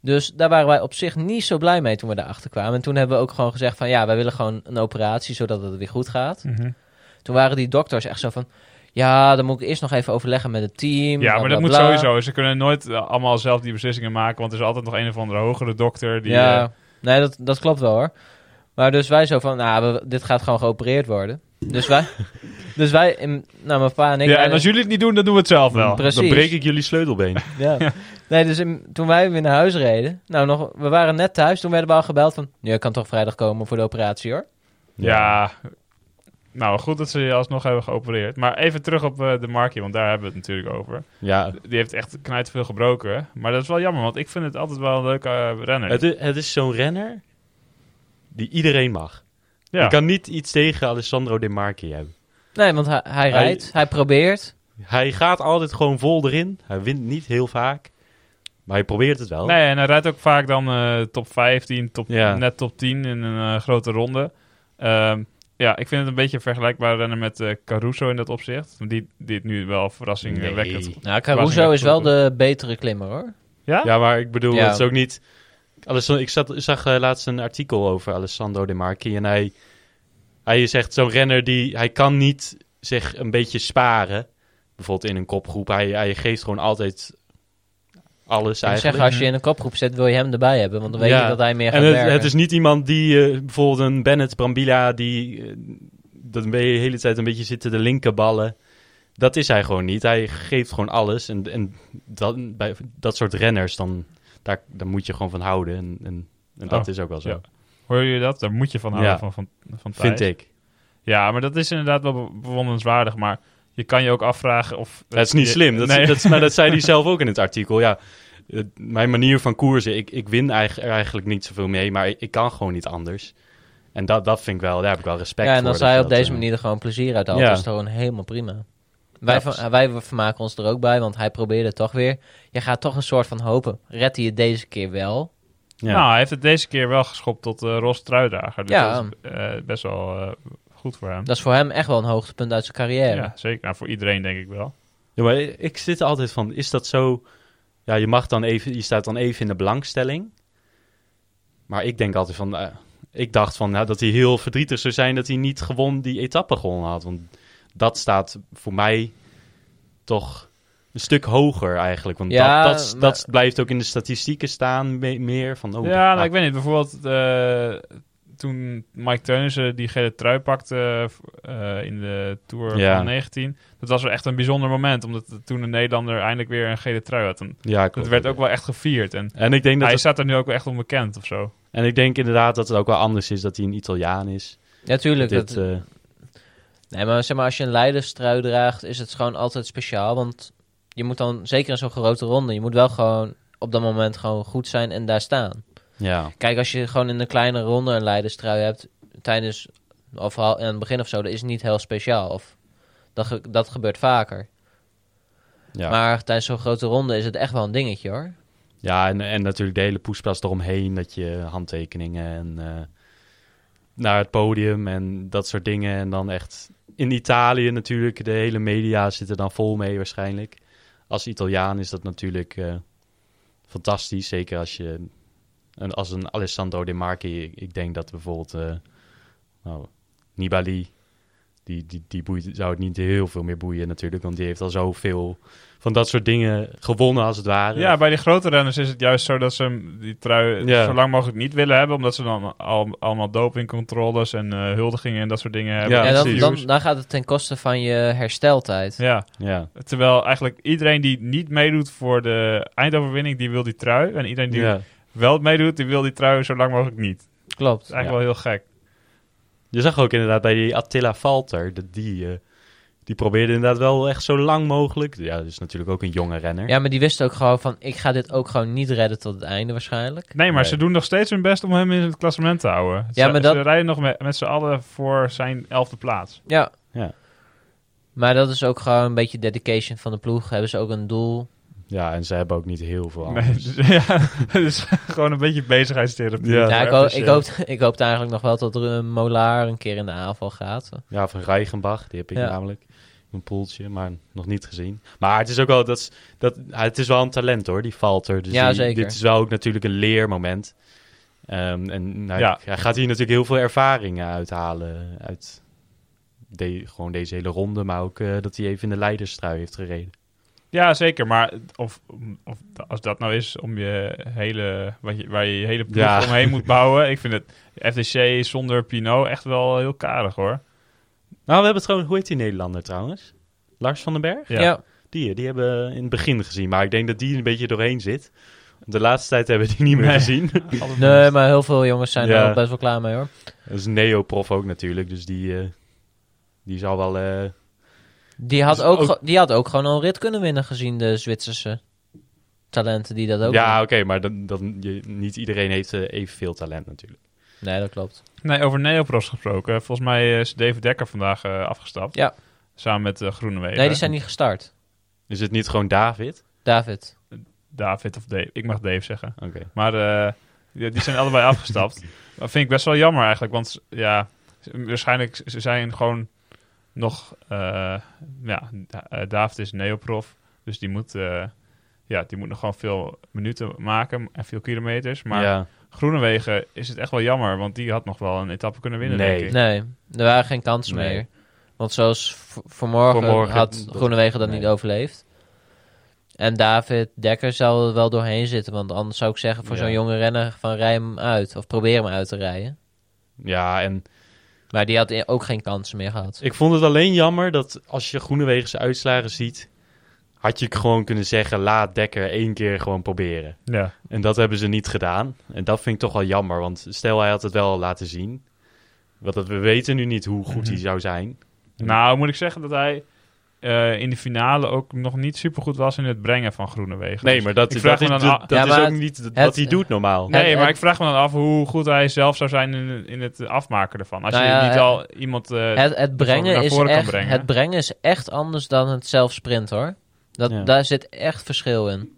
Dus daar waren wij op zich niet zo blij mee toen we daarachter kwamen. En toen hebben we ook gewoon gezegd van ja, wij willen gewoon een operatie zodat het weer goed gaat. Mhm. Toen waren die dokters echt zo van ja, dan moet ik eerst nog even overleggen met het team. Ja, bla, maar bla, dat moet bla." sowieso. Ze kunnen nooit eh, allemaal zelf die beslissingen maken, want er is altijd nog een of andere hogere dokter die... ja, eh, nee, dat, dat klopt wel hoor. Maar dus wij zo van, nou, we- dit gaat gewoon geopereerd worden. Dus wij, dus wij in, nou, mijn pa en ik... ja, en wij- als jullie het niet doen, dan doen we het zelf wel. Precies. Dan breek ik jullie sleutelbeen. Ja. Nee, dus in- toen wij weer naar huis reden, nou, nog, we waren net thuis, toen werden we al gebeld van, nu, ik kan toch vrijdag komen voor de operatie hoor. Ja. Nou, goed dat ze je alsnog hebben geopereerd. Maar even terug op eh, de Markie, want daar hebben we het natuurlijk over. Ja, Die heeft echt knijt veel gebroken. Maar dat is wel jammer, want ik vind het altijd wel een leuke eh, renner. het is, het is zo'n renner die iedereen mag. ja. Je kan niet iets tegen Alessandro De Marchi hebben. Nee, want hij, hij Hij- rijdt, hij probeert. Hij gaat altijd gewoon vol erin. Hij wint niet heel vaak. Maar hij probeert het wel. Nee, en hij rijdt ook vaak dan eh, top 15, top, Ja. net top 10 in een eh, grote ronde. Ehm, ja, ik vind het een beetje een vergelijkbaar renner met eh, Caruso in dat opzicht. Want Die, die het nu wel verrassingwekkend... Nee. Nou, Caruso is wel de betere klimmer hoor. Ja? Ja, maar ik bedoel, Ja. het is ook niet... Alessandro, ik zat, zag eh, laatst een artikel over Alessandro De Marchi. En hij, hij is echt zo'n renner die... Hij kan niet zich een beetje sparen. Bijvoorbeeld in een kopgroep. Hij, hij geeft gewoon altijd alles Ik eigenlijk. zeg, als je in een kopgroep zit, wil je hem erbij hebben, want dan weet Ja. je dat hij meer gaat En het, werken. het is niet iemand die eh, bijvoorbeeld een Bennett Brambilla, die eh, dat ben je de hele tijd een beetje zitten de linkerballen. Dat is hij gewoon niet. Hij geeft gewoon alles. En, en dat, bij dat soort renners, dan, daar, daar moet je gewoon van houden. En, en, en dat Oh, is ook wel zo, ja. Hoor je dat? Daar moet je van houden Ja. van, van, van Thijs. vind ik. Ja, maar dat is inderdaad wel be- bewonderenswaardig. Maar je kan je ook afvragen of... Dat is niet je- slim. Dat, Nee. dat, maar dat zei hij zelf ook in het artikel. Ja, eh, mijn manier van koersen, ik, ik win eigen- er eigenlijk niet zoveel mee, maar ik, ik kan gewoon niet anders. En dat, dat vind ik wel, daar heb ik wel respect Ja, voor. en als dat hij je op dat, deze eh, manier er gewoon plezier uit haalt, Ja. is het gewoon helemaal prima. Wij, precies. ver- wij vermaken ons er ook bij, want hij probeerde het toch weer. Je gaat toch een soort van hopen. Redt hij het deze keer wel? ja. Nou, hij heeft het deze keer wel geschopt tot eh Ros Truidager. Dus Ja. dat is eh, best wel eh, goed voor hem. Dat is voor hem echt wel een hoogtepunt uit zijn carrière. Ja, zeker. Nou, voor iedereen denk ik wel. Ja, maar ik zit er altijd van, is dat zo... Ja, je, mag dan even, je staat dan even in de belangstelling. Maar ik denk altijd van... eh, ik dacht van, nou, dat hij heel verdrietig zou zijn dat hij niet gewoon die etappe gewonnen had. Want dat staat voor mij toch een stuk hoger eigenlijk. Want Ja, dat, dat, maar- dat blijft ook in de statistieken staan me- meer. Van, oh, ja, dat- nou, ik weet niet. Bijvoorbeeld eh, toen Mike Teunissen die gele trui pakte v- eh, in de Tour Ja. van 19. Dat was wel echt een bijzonder moment. Omdat het toen een Nederlander eindelijk weer een gele trui had. En ja, dat klopt. werd ook wel echt gevierd. En En ik denk dat... hij het- staat er nu ook wel echt onbekend of zo. en ik denk inderdaad dat het ook wel anders is dat hij een Italiaan is. Natuurlijk. Dit, dat, eh, nee, maar, zeg maar als je een leiderstrui draagt, is het gewoon altijd speciaal. Want je moet dan, zeker in zo'n grote ronde, je moet wel gewoon op dat moment gewoon goed zijn en daar staan. ja. Kijk, als je gewoon in een kleine ronde een leiderstrui hebt, tijdens of hal- aan het begin of zo, dat is niet heel speciaal. Of, dat, ge- dat gebeurt vaker. ja. Maar tijdens zo'n grote ronde is het echt wel een dingetje hoor. Ja, en, en natuurlijk de hele poespas eromheen. Dat je handtekeningen en eh, naar het podium en dat soort dingen. En dan echt in Italië natuurlijk. De hele media zit er dan vol mee waarschijnlijk. Als Italiaan is dat natuurlijk eh, fantastisch. Zeker als je En als een Alessandro De Marchi, ik, ik denk dat bijvoorbeeld eh, nou, Nibali, die, die, die boeit, zou het niet heel veel meer boeien natuurlijk, want die heeft al zoveel van dat soort dingen gewonnen als het ware. Ja, bij die grote renners is het juist zo dat ze hem die trui Ja. zo lang mogelijk niet willen hebben. Omdat ze dan al, allemaal dopingcontroles en eh, huldigingen en dat soort dingen hebben. Ja, Ja, dan, precies. dan, dan gaat het ten koste van je hersteltijd. Ja, ja. terwijl eigenlijk iedereen die niet meedoet voor de eindoverwinning, die wil die trui. En iedereen die ja. wel meedoet, die wil die trui zo lang mogelijk niet. Dat Klopt. is eigenlijk wel heel gek. Je zag ook inderdaad bij die Attila Falter, dat die, eh, die probeerde inderdaad wel echt zo lang mogelijk. Ja, dat is natuurlijk ook een jonge renner. Ja, maar die wist ook gewoon van, ik ga dit ook gewoon niet redden tot het einde waarschijnlijk. Nee, maar Nee. ze doen nog steeds hun best om hem in het klassement te houden. Ja, ze, maar dat- ze rijden nog met, met z'n allen voor zijn elfde plaats. Ja. Ja. Maar dat is ook gewoon een beetje dedication van de ploeg. Hebben ze ook een doel. Ja, en ze hebben ook niet heel veel Nee, anders. dus- ja, het is gewoon een beetje bezigheidstherapie. Ja. Ja, ik, hoop. hoop, ik, hoop, ik hoop eigenlijk nog wel dat er een Molaar een keer in de aanval gaat. Ja, van Reichenbach, die heb ik Ja. namelijk. in Mijn poeltje, maar nog niet gezien. Maar het is ook wel, dat is, dat, ah, het is wel een talent hoor, die Falter. Dus Ja, die- zeker. Dit is wel ook natuurlijk een leermoment. Ehm, en nou, Ja. hij gaat hier natuurlijk heel veel ervaring uithalen. Uit de, gewoon deze hele ronde, maar ook eh, dat hij even in de leiderstrui heeft gereden. Ja, zeker. Maar of, of als dat nou is om je hele, wat je, waar je je hele ploeg Ja. omheen moet bouwen. Ik vind het FDC zonder Pinot echt wel heel karig hoor. Nou, we hebben trouwens, hoe heet die Nederlander trouwens? Lars van den Berg? Ja. Die, die hebben we in het begin gezien, maar ik denk dat die een beetje doorheen zit. De laatste tijd hebben we die niet meer Nee. gezien. Nee, maar heel veel jongens zijn Ja. er ook best wel klaar mee hoor. Dat is een neoprof ook natuurlijk, dus die, eh, die zal wel... eh, Die had, Dus ook, ook- ge- die had ook gewoon al een rit kunnen winnen gezien de Zwitserse talenten die dat ook ja, doen. oké, maar dan, dan, je, niet iedereen heeft eh, evenveel talent natuurlijk. Nee, dat klopt. Nee, over Neopro's gesproken. Volgens mij is David Dekker vandaag eh, afgestapt. Ja. Samen met eh Groenewegen. Nee, die zijn niet gestart. Is het niet gewoon David? David. David of Dave. Ik mag Dave zeggen. Oké. Maar eh, die, die zijn allebei afgestapt. Dat vind ik best wel jammer eigenlijk. Want ja, z- waarschijnlijk z- ze zijn gewoon nog... eh, ja, Da- eh, David is neoprof. Dus die moet, eh, ja, die moet nog gewoon veel minuten maken en veel kilometers. Maar ja. Groenewegen is het echt wel jammer. Want die had nog wel een etappe kunnen winnen, Nee. denk ik. Nee, er waren geen kansen Nee. meer. Want zoals v- vanmorgen, Vanmorgen, had dat- Groenewegen dat nee. niet overleefd. En David Dekker zou er wel doorheen zitten. Want anders zou ik zeggen voor Ja. zo'n jonge renner van rij hem uit. Of probeer hem uit te rijden. ja, en Maar die had i- ook geen kansen meer gehad. ik vond het alleen jammer dat als je Groenewegen's uitslagen ziet, had je gewoon kunnen zeggen, laat Dekker één keer gewoon proberen. Ja. En dat hebben ze niet gedaan. En dat vind ik toch wel jammer, want stel hij had het wel laten zien. Want dat- we weten nu niet hoe goed hij zou zijn. Nou, moet ik zeggen dat hij... eh, in de finale ook nog niet supergoed was in het brengen van Groenewegen. Nee, Dus maar dat, ik dat, vraag is, me dan dat- af- dat Ja, is maar ook het- niet d- het- wat hij doet normaal. Nee, Nee, maar het- ik vraag me dan af hoe goed hij zelf zou zijn in, in het afmaken ervan. Als Nou je ja, niet eh, al iemand... eh, Het, het, brengen naar is voren kan echt, brengen. het brengen is echt anders dan het zelf sprint hoor. Dat, Ja. Daar zit echt verschil in.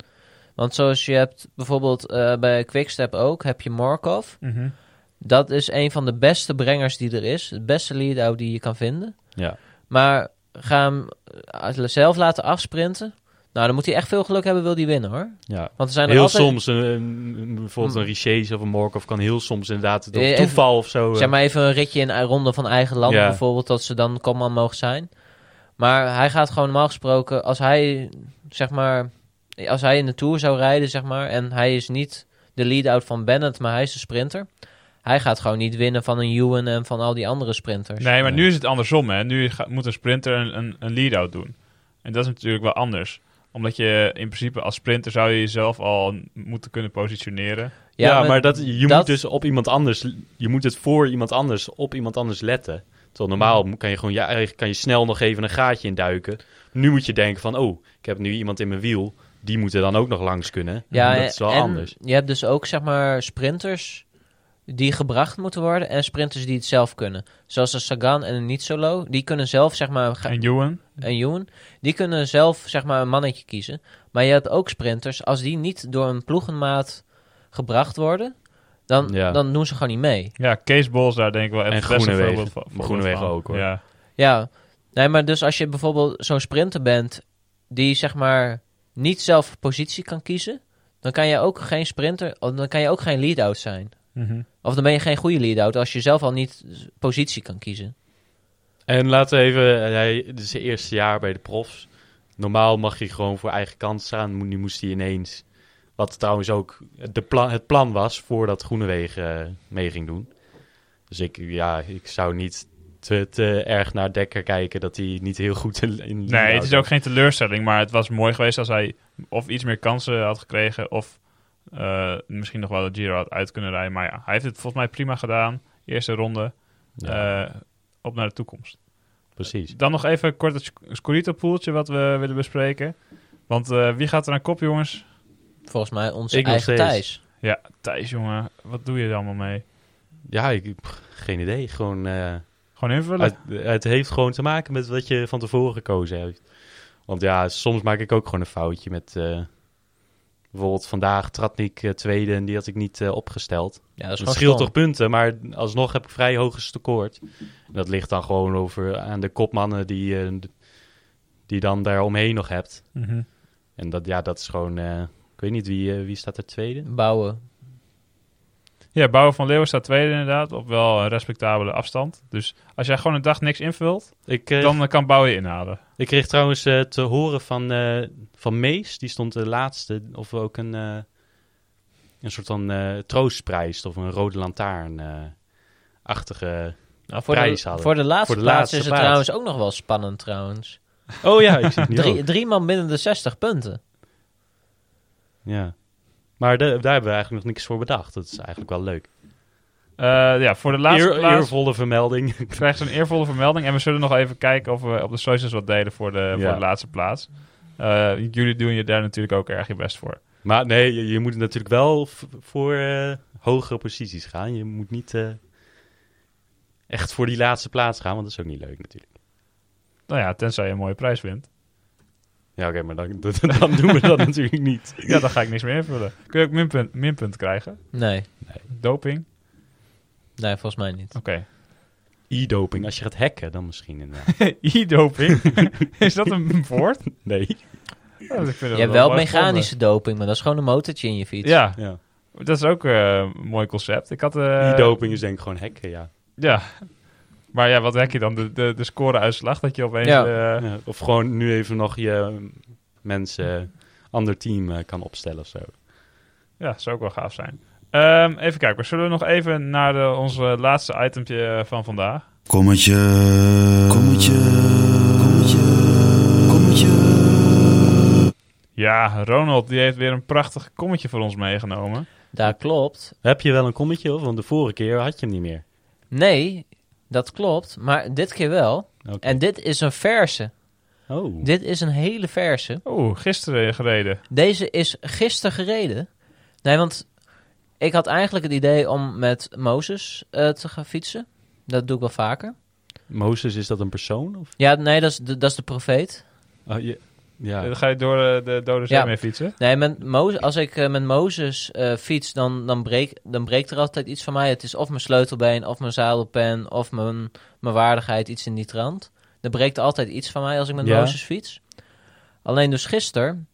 Want zoals je hebt bijvoorbeeld eh, bij Quickstep ook, heb je Markov. mhm. Dat is een van de beste brengers die er is. Het beste lead-out die je kan vinden. Ja. Maar ga hem eh, zelf laten afsprinten. Nou, dan moet hij echt veel geluk hebben, wil hij winnen hoor. Ja. Want er zijn er Heel altijd... soms, een, een- een- bijvoorbeeld een Richese of een Morkov kan heel soms inderdaad door Eh, Hmm. even- toeval of zo. eh, Zeg maar even een ritje in een ronde van eigen land Ja. bijvoorbeeld, dat ze dan kopman mogen zijn. Maar hij gaat gewoon normaal gesproken, als hij, zeg maar, als hij in de Tour zou rijden, zeg maar, en hij is niet de lead-out van Bennett, maar hij is de sprinter. Hij gaat gewoon niet winnen van een Ewan en van al die andere sprinters. Nee, maar nu is het andersom. Hè. Nu ga- moet een sprinter een, een, een lead-out doen. En dat is natuurlijk wel anders. Omdat je in principe als sprinter zou je jezelf al n- moeten kunnen positioneren. ja, maar, dat, je dat- moet dus op iemand anders, je moet het voor iemand anders, op iemand anders letten. Terwijl normaal Mhm. mo- kan je gewoon je eigen- kan je snel nog even een gaatje induiken. Nu moet je denken van, oh, ik heb nu iemand in mijn wiel. Die moeten dan ook nog langs kunnen. Ja, dat is wel en anders. Je hebt dus ook zeg maar sprinters die gebracht moeten worden en sprinters die het zelf kunnen. Zoals een Sagan en een Nitsolo, die kunnen zelf zeg maar ga- En Ewan? en Joen, die kunnen zelf zeg maar een mannetje kiezen. Maar je hebt ook sprinters als die niet door een ploegenmaat gebracht worden, dan, Ja. dan doen ze gewoon niet mee. Ja, Kees Bol is daar denk ik wel echt En het beste Groenewegen. voorbeeld van. voorbeeld Groenewegen van. ook, hoor. Ja. Ja, nee, maar dus als je bijvoorbeeld zo'n sprinter bent die zeg maar niet zelf positie kan kiezen, dan kan je ook geen sprinter, of dan kan je ook geen lead-out zijn. Mhm. Of dan ben je geen goede lead-out als je zelf al niet positie kan kiezen. En laten we even, eh, hij, dit is zijn eerste jaar bij de profs. Normaal mag hij gewoon voor eigen kant staan. Mo- Nu moest hij ineens, wat trouwens ook de pla- het plan was voordat Groenewegen eh, mee ging doen. Dus ik, ja, ik zou niet te, te erg naar Dekker kijken dat hij niet heel goed in. in Nee, het is ook geen teleurstelling, maar het was mooi geweest als hij of iets meer kansen had gekregen of eh, misschien nog wel de Giro had uit kunnen rijden. Maar ja, hij heeft het volgens mij prima gedaan. Eerste ronde, Ja, eh, op naar de toekomst. precies. Dan nog even kort het sc- Scorito-poeltje wat we willen bespreken. Want eh, wie gaat er naar kop, jongens? Volgens mij onze Ik nog eigen steeds. Thijs. Ja, Thijs, jongen. Wat doe je er allemaal mee? Ja, ik, pff, geen idee. Gewoon. eh, Gewoon invullen? Het, het heeft gewoon te maken met wat je van tevoren gekozen hebt. Want ja, soms maak ik ook gewoon een foutje met... eh, bijvoorbeeld vandaag Tratnik eh, tweede en die had ik niet eh, opgesteld. Ja, Dat dat is gewoon scheelt stom. toch punten, maar alsnog heb ik vrij hoog scoort. En dat ligt dan gewoon over aan de kopmannen die, eh, d- die dan daar omheen nog hebt. Mhm. En dat, ja, dat is gewoon... eh, ik weet niet, wie, eh, wie staat er tweede? Bouwen. Ja, Bouwen van Leeuwen staat tweede inderdaad, op wel een respectabele afstand. Dus als jij gewoon een dag niks invult, Ik, kreeg, dan eh, kan Bouwen je inhalen. ik kreeg trouwens eh, te horen van, eh, van Mees, die stond de laatste, of we ook een, eh, een soort van eh, troostprijs of een rode lantaarn-achtige. Nou, voor, Prijs de, hadden. voor de laatste Voor de plaats laatste is het plaats. trouwens ook nog wel spannend trouwens. Oh ja, ik zie het nu Drie, ook. drie man binnen de 60 punten. Ja. Maar de- daar hebben we eigenlijk nog niks voor bedacht. Dat is eigenlijk wel leuk. Eh, ja, voor de laatste Eer- plaats Eervolle vermelding. krijgt ze een eervolle vermelding. En we zullen nog even kijken of we op de socials wat delen voor de, voor Ja. de laatste plaats. Eh, jullie doen je daar natuurlijk ook erg je best voor. maar nee, je, je moet natuurlijk wel v- voor eh, hogere posities gaan. Je moet niet eh, echt voor die laatste plaats gaan, want dat is ook niet leuk natuurlijk. Nou ja, tenzij je een mooie prijs wint. Ja, oké, maar dan, dan, dan doen we dat natuurlijk niet. Ja, dan ga ik niks meer invullen. Kun je ook minpunt, minpunt krijgen? Nee, Doping? nee, volgens mij niet. Oké. E-doping. Als je gaat hacken, dan misschien inderdaad. E-doping? is dat een woord? nee. Ja, ik vind Je dat hebt wel mooi mechanische doping, maar dat is gewoon een motortje in je fiets. gevonden. Ja, Ja. dat is ook eh, een mooi concept. Ik had... eh, E-doping is denk ik gewoon hacken, ja. Ja. Maar ja, wat denk je dan? De, de, de score-uitslag dat je opeens... Ja. eh, Ja, Of gewoon nu even nog je mm, mensen, eh, ander team eh, kan opstellen of zo. Ja, zou ook wel gaaf zijn. Ehm, even kijken, zullen we nog even naar de, onze laatste itempje eh, van vandaag? Kommetje. Kommetje. Kommetje. Kommetje. Ja, Ronald die heeft weer een prachtig kommetje voor ons meegenomen. Daar klopt. Heb je wel een kommetje of? Want de vorige keer had je hem niet meer. Nee, dat klopt, maar dit keer wel. Oké. En dit is een verse. Oh. Dit is een hele verse. Oeh, gisteren gereden. Deze is gisteren gereden. Nee, want ik had eigenlijk het idee om met Mozes eh, te gaan fietsen. Dat doe ik wel vaker. Mozes, is dat een persoon? Of? Ja, nee, dat is de, dat is de profeet. Oh, je- ja. Dan ga je door eh, de dode zee Ja. mee fietsen. Nee, met Mozes, als ik eh, met Mozes eh, fiets, dan, dan, breek, dan breekt er altijd iets van mij. Het is of mijn sleutelbeen, of mijn zadelpen, of mijn, mijn waardigheid, iets in die trant. Er breekt altijd iets van mij als ik met Ja. Mozes fiets. Alleen dus gisteren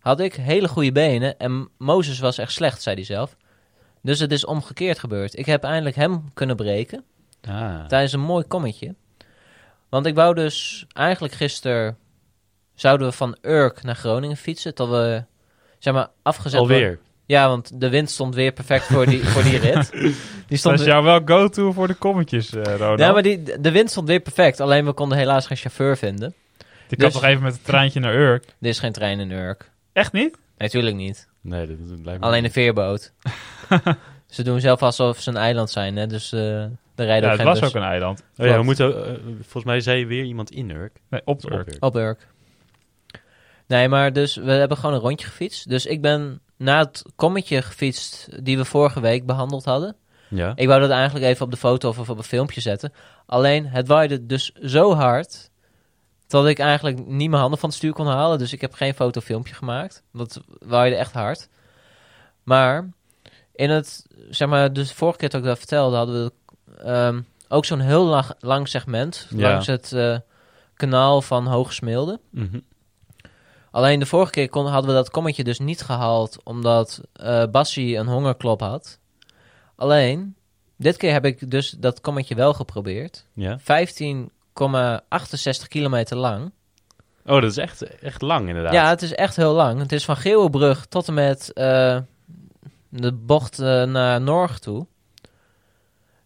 had ik hele goede benen en Mozes was echt slecht, zei hij zelf. Dus het is omgekeerd gebeurd. Ik heb eindelijk hem kunnen breken Ah. tijdens een mooi kommetje. Want ik wou dus eigenlijk gisteren zouden we van Urk naar Groningen fietsen tot we zeg maar afgezet worden. Alweer. Ja, want de wind stond weer perfect voor die, voor die rit. Die Dat stond is weer- jouw wel go-to voor de kommetjes, eh, Ronald. ja, maar die, de wind stond weer perfect. Alleen we konden helaas geen chauffeur vinden. Die kan dus- toch even met het treintje naar Urk? Er is geen trein in Urk. Echt niet? Natuurlijk niet. Nee, dat, dat blijft Alleen een veerboot. Ze doen zelf alsof ze een eiland zijn, hè? dus eh de rijden Ja, ook het geen was bus. ook een eiland. Oh, ja, we Klopt. moeten, eh, volgens mij zei weer iemand in Urk. Nee, op Op Urk. Urk. Op Urk. Nee, maar dus we hebben gewoon een rondje gefietst. Dus ik ben na het kommetje gefietst die we vorige week behandeld hadden. Ja. Ik wou dat eigenlijk even op de foto of op een filmpje zetten. Alleen het waaide dus zo hard dat ik eigenlijk niet mijn handen van het stuur kon halen. Dus ik heb geen foto of filmpje gemaakt. Want het waaide echt hard. Maar in het, zeg maar, dus de vorige keer dat ik dat vertelde, hadden we ehm, ook zo'n heel lang, lang segment Ja. langs het eh, kanaal van Hoogsmeelde. Mhm. Alleen de vorige keer kon, hadden we dat kommetje dus niet gehaald, omdat eh Bassi een hongerklop had. Alleen, dit keer heb ik dus dat kommetje wel geprobeerd. Ja. 15,68 kilometer lang. Oh, dat is echt, echt lang inderdaad. Ja, het is echt heel lang. Het is van Geelbrug tot en met eh, de bocht eh, naar Norg toe. En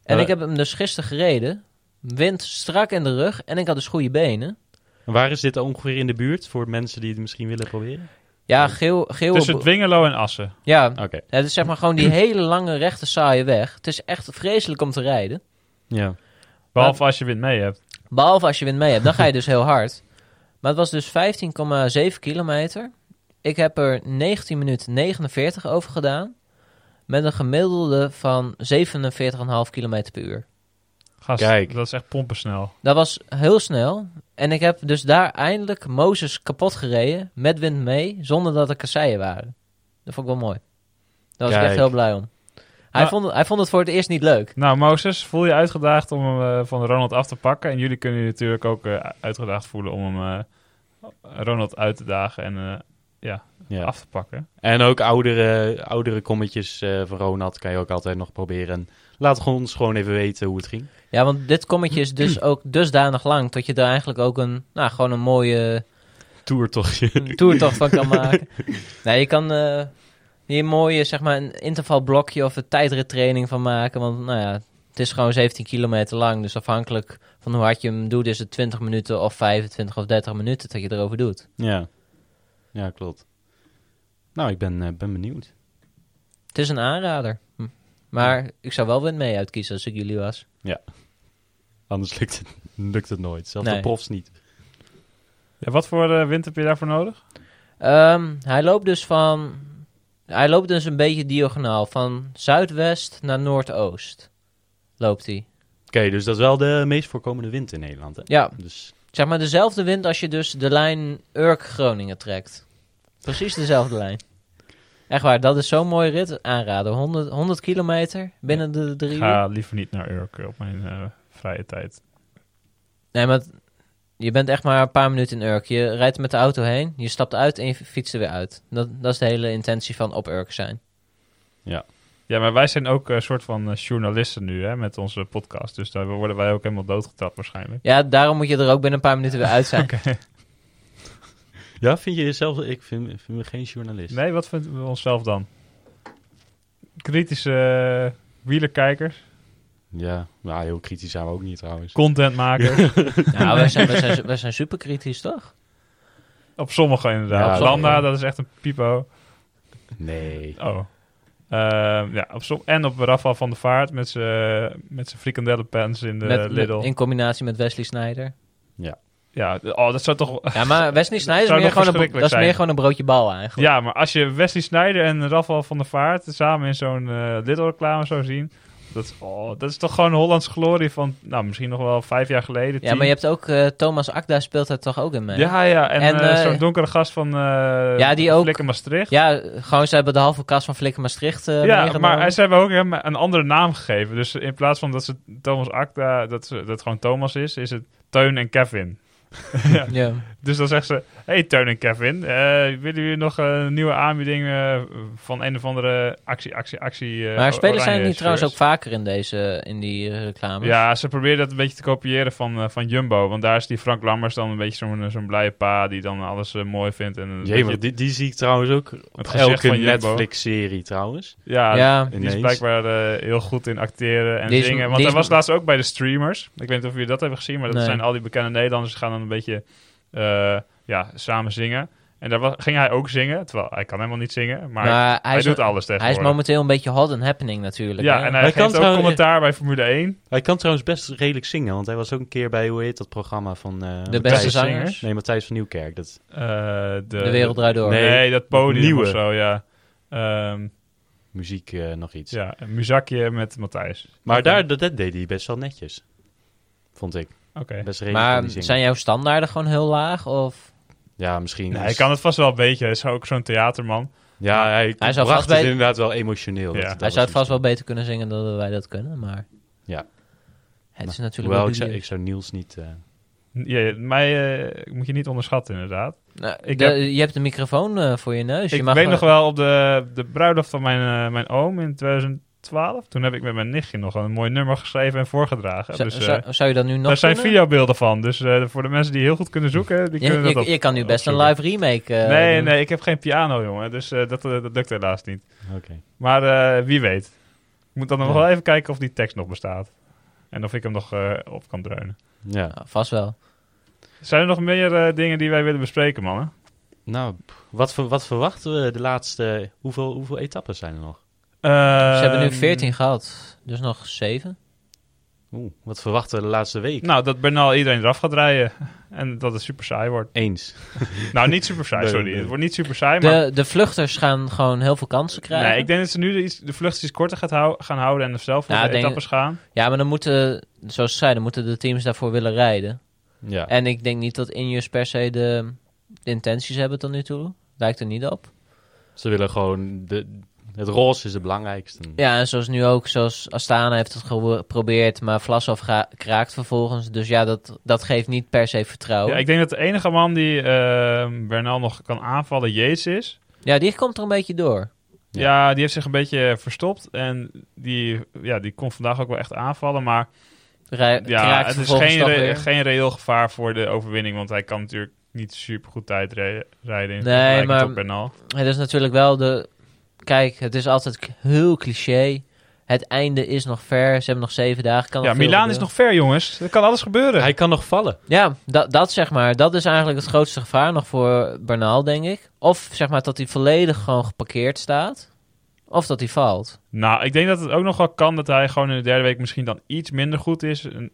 Maar- ik heb hem dus gisteren gereden. Wind strak in de rug en ik had dus goede benen. Waar is dit ongeveer in de buurt voor mensen die het misschien willen proberen? Ja, Geel... Tussen Geelbrug- Dwingelo en Assen. ja, Oké. het is zeg maar gewoon die hele lange rechte saaie weg. Het is echt vreselijk om te rijden. Ja. Behalve als je wind mee hebt. Behalve als je wind mee hebt, dan ga je dus heel hard. Maar het was dus 15,7 kilometer. Ik heb er 19 minuten 49 over gedaan. Met een gemiddelde van 47,5 kilometer per uur. Gast, Kijk. dat is echt pompensnel. Dat was heel snel. En ik heb dus daar eindelijk Mozes kapot gereden. Met wind mee, zonder dat er kasseien waren. Dat vond ik wel mooi. Daar was ik echt Kijk. heel blij om. Hij, Nou- vond, hij vond het voor het eerst niet leuk. Nou, Mozes, voel je uitgedaagd om hem eh, van Ronald af te pakken. En jullie kunnen je natuurlijk ook eh, uitgedaagd voelen om hem eh, Ronald uit te dagen en eh, ja. af te pakken. En ook oudere, oudere kommetjes eh van Ronald kan je ook altijd nog proberen. En laat ons gewoon even weten hoe het ging. Ja, want dit kommetje is dus ook dusdanig lang... dat je er eigenlijk ook een, nou, gewoon een mooie... Toertochtje. een toertocht van kan maken. nee, je kan eh, hier mooi zeg maar, een intervalblokje of een tijdrittraining van maken. Want nou ja, het is gewoon 17 kilometer lang. Dus afhankelijk van hoe hard je hem doet, is het 20 minuten of 25 of 30 minuten dat je erover doet. ja. ja, klopt. Nou, ik ben, eh, ben benieuwd. Het is een aanrader. Hm. Maar ik zou wel wind mee uitkiezen als ik jullie was. Anders lukt het, lukt het nooit. Zelfs Nee. de profs niet. Ja, wat voor eh, wind heb je daarvoor nodig? Ehm, hij loopt dus van. Hij loopt dus een beetje diagonaal. Van zuidwest naar noordoost loopt hij. Oké, dus dat is wel de meest voorkomende wind in Nederland. Hè? Ja, Dus Zeg maar dezelfde wind als je dus de lijn Urk-Groningen trekt. Precies dezelfde lijn. Echt waar, dat is zo'n mooie rit. Aanraden, 100, 100 kilometer binnen de drie uur. Ga liever niet naar Urk op mijn eh, vrije tijd. Nee, maar het- je bent echt maar een paar minuten in Urk. Je rijdt met de auto heen, je stapt uit en je fietst er weer uit. Dat, dat is de hele intentie van op Urk zijn. Ja, maar wij zijn ook een soort van eh, journalisten nu hè, met onze podcast. Dus daar worden wij ook helemaal doodgetrapt waarschijnlijk. Ja, daarom moet je er ook binnen een paar minuten weer uit zijn. ja, vind je jezelf... Ik vind, vind me geen journalist. Nee, wat vinden we onszelf dan? Kritische eh, wielerkijkers, Ja, nou, heel kritisch zijn we ook niet trouwens. contentmakers. Nou, wij zijn, wij zijn, wij zijn super kritisch, toch? Op sommige Ja, inderdaad. op Landa, sommige. dat is echt een pipo. Nee. Oh. Ehm, ja, op som en op Rafa van der Vaart met zijn met zijn frikandellenpens in de Met- Eh, Lidl. in combinatie met Wesley Snijder. Ja, d- oh, dat zou toch... Ja, maar Wesley Snijder zou is, meer nog gewoon, een, bro- verschrikkelijk dat is zijn. meer gewoon een broodje bal eigenlijk. Ja, maar als je Wesley Sneijder en Rafa van der Vaart samen in zo'n eh Lidl-reclame zou zien... Dat is, oh, dat is toch gewoon Hollands glorie van, nou, misschien nog wel vijf jaar geleden. Ja, tien. maar je hebt ook eh, Thomas Akda speelt daar toch ook in mee? Ja, ja, en, En, eh, eh, zo'n donkere gast van eh Ja, die ook- Flikker Maastricht. Ja, gewoon ze hebben de halve kast van Flikker Maastricht eh ja, meegenomen. maar ze hebben ook hem een andere naam gegeven. Dus in plaats van dat ze Thomas Acta, dat, ze, dat gewoon Thomas is, is het Teun en Kevin. Ja. Dus dan zegt ze, hey Teun en Kevin, eh, willen jullie nog een nieuwe aanbieding eh, van een of andere actie, actie, actie? eh, maar spelers zijn oranje hier trouwens ook shirts? vaker in, deze, in die eh, reclames. Ja, ze proberen dat een beetje te kopiëren van, eh, van Jumbo. Want daar is die Frank Lammers dan een beetje zo'n zo'n blije pa die dan alles eh, mooi vindt. En een Jee, beetje- maar die, die zie ik trouwens ook op gezicht elke van Jumbo. Netflix-serie trouwens. ja, dus Ja. die is Ineens. blijkbaar eh, heel goed in acteren en Die is- zingen. Want die hij is- was laatst ook bij de streamers. Ik weet niet of jullie dat hebben gezien, maar dat Nee. zijn al die bekende Nederlanders die gaan dan een beetje eh, ja, samen zingen. En daar wa- ging hij ook zingen, terwijl hij kan helemaal niet zingen, maar maar hij, hij is, doet alles hij is tegenwoordig. momenteel een beetje hot and happening natuurlijk. ja, hè? en hij, Hij kan geeft ook trouwens- commentaar bij Formule 1. Hij kan trouwens best redelijk zingen, want hij was ook een keer bij, hoe heet dat programma van... eh, de Matthijs- beste Zingers. zangers. Nee, Matthijs van Nieuwkerk. Dat, Eh, de, De wereld draait door. Nee, Nee, dat podium nieuwe. of zo, ja. Ehm muziek eh, nog iets. ja, een muzakje met Matthijs. Maar daar, dat, dat deed hij best wel netjes. Vond ik. Oké. Best redelijk kon Maar hij zingen. zijn jouw standaarden gewoon heel laag? Of Ja, misschien. Nee, is- hij kan het vast wel een beetje. Hij is ook zo'n theaterman. Ja, hij, Hij zou bracht vast het bij- inderdaad wel emotioneel. Ja. Dat- dat hij was zou het vast misschien- wel beter kunnen zingen dan wij dat kunnen, maar... Ja. Het is natuurlijk Hoewel, wel ik zou, dubieuze. ik zou Niels niet... eh, Ja, mij eh, moet je niet onderschatten, inderdaad. Nou, Ik de- heb- Je hebt een microfoon eh, voor je neus. je ik mag weet nog wel op de, de bruiloft van mijn, eh, mijn oom in 2012. Toen heb ik met mijn nichtje nog een mooi nummer geschreven en voorgedragen. Zou- dus, eh, zou, zou je dat nu nog daar zijn kunnen? videobeelden van. Dus eh, voor de mensen die heel goed kunnen zoeken, die Je, kunnen dat je, op, je kan nu best een opzoeken. live remake eh, nee, doen. nee, ik heb geen piano, jongen. Dus eh, dat, eh, dat lukt helaas niet. Oké. Maar eh, wie weet. Ik moet dan nog Ja. wel even kijken of die tekst nog bestaat. En of ik hem nog eh, op kan dreunen. Ja. Nou, vast wel. Zijn er nog meer eh, dingen die wij willen bespreken, mannen? Nou, pff, wat, ver- wat verwachten we de laatste... Hoeveel, hoeveel etappes zijn er nog? Ze hebben Ehm, nu 14 gehad, dus nog 7. Oeh, wat verwachten we de laatste week? Nou, dat Bernal iedereen eraf gaat rijden. En dat het super saai wordt. Eens. Nou, niet super saai, Nee, sorry. nee. Het wordt niet super saai, maar... De, de vluchters gaan gewoon heel veel kansen krijgen. Nee, ik denk dat ze nu de, iets, de vlucht iets korter gaat hou- gaan houden en er zelf voor Ja, de ik denk- etappes gaan. Ja, maar dan moeten, zoals ze zeiden, moeten de teams daarvoor willen rijden. Ja. En ik denk niet dat Injus per se de, de intenties hebben tot nu toe. Lijkt er niet op. Ze willen gewoon... De, het roze is het belangrijkste. Ja, en zoals nu ook, zoals Astana heeft het geprobeerd, maar Vlasov ga- kraakt vervolgens. Dus ja, dat, dat geeft niet per se vertrouwen. Ja, Ja, ik denk dat de enige man die ehm, Bernal nog kan aanvallen Yates is. die komt er een beetje door. Ja. Ja. die heeft zich een beetje verstopt en die, ja, die kon vandaag ook wel echt aanvallen. Maar Ra- ja, kraakt het is vervolgens geen, toch re- weer. geen reëel gevaar voor de overwinning, want hij kan natuurlijk niet super goed tijdrijden in Nee, vergelijking maar- tot Bernal. Het is natuurlijk wel de... Kijk, het is altijd k- heel cliché. Het einde is nog ver. Ze hebben nog zeven dagen. Kan Ja, nog veel Milaan is gebeuren. nog ver, jongens. Er kan alles gebeuren. Hij kan nog vallen. Ja, dat, dat zeg maar. Dat is eigenlijk het grootste gevaar nog voor Bernal, denk ik. Of zeg maar dat hij volledig gewoon geparkeerd staat. Of dat hij valt. Nou, ik denk dat het ook nog wel kan dat hij gewoon in de derde week misschien dan iets minder goed is. En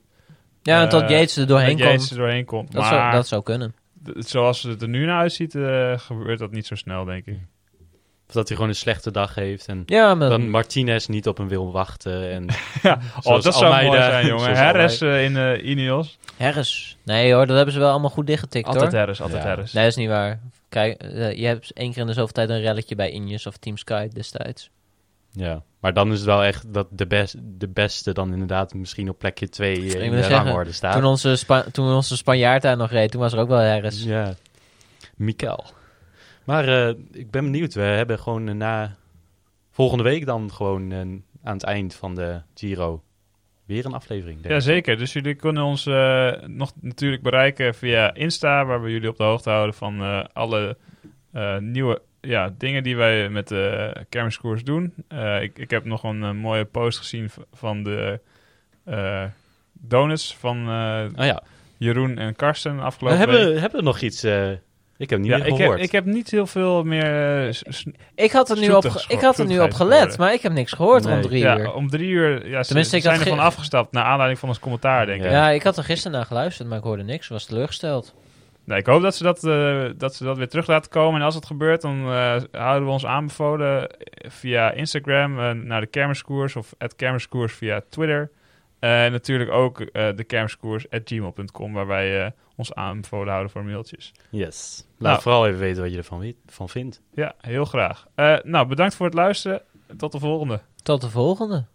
Ja, en Eh, tot Yates er doorheen dat Yates komt. er doorheen komt. Dat, maar zou, dat zou kunnen. d- zoals het er nu naar uitziet, eh, gebeurt dat niet zo snel, denk ik. Of dat hij gewoon een slechte dag heeft. En Ja, maar dan Martinez niet op hem wil wachten. En Oh, Zoals dat zou mooi Almeida. zijn, jongen. Zoals Harris eh, in eh Ineos. Harris. Nee hoor, dat hebben ze wel allemaal goed dichtgetikt Altijd hoor. Harris, altijd Ja. Harris. Nee, dat is niet waar. Kijk, eh, je hebt één keer in de zoveel tijd een relletje bij Ineos of Team Sky destijds. Ja, maar dan is het wel echt dat de, best, de beste dan inderdaad misschien op plekje 2 wil in de zeggen, rangorde staat. Toen onze, Spa- toen onze Spanjaard daar nog reed, toen was er ook wel Harris. Ja, Mikel. Maar eh, ik ben benieuwd. We hebben gewoon eh, na volgende week dan gewoon eh, aan het eind van de Giro weer een aflevering. denk ik. Jazeker, dus jullie kunnen ons eh, nog natuurlijk bereiken via Insta, waar we jullie op de hoogte houden van eh, alle eh, nieuwe ja, dingen die wij met de kermiskoers doen. Eh, ik, ik heb nog een eh, mooie post gezien v- van de eh, donuts van eh, Oh ja, Jeroen en Karsten afgelopen hebben, week. hebben we nog iets? eh, ik heb niet Ja, meer ik, gehoord. heb, ik heb niet heel veel meer eh, s- s- Ik had er nu op, Zoetig ge- geho- ik had er nu op zoetigheid gelet, geworden. maar ik heb niks gehoord om Nee. drie ja, uur. om drie uur. Ja, ze Tenminste, ik zijn had ervan ge- afgestapt naar aanleiding van ons commentaar, denk ik. Ja. Ja, ik had er gisteren naar geluisterd, maar ik hoorde niks. was teleurgesteld. Nou, ik hoop dat ze dat, eh, dat ze dat weer terug laten komen. En als het gebeurt, dan eh, houden we ons aanbevolen eh, via Instagram eh, naar de kermiskoers of het kermiskoers via Twitter. en natuurlijk ook eh de kermiskoers at gmail.com, waar wij eh, ons aanbevolen houden voor mailtjes. Yes. Laat Nou. vooral even weten wat je ervan weet- van vindt. Ja, heel graag. Eh, nou, bedankt voor het luisteren. Tot de volgende. Tot de volgende.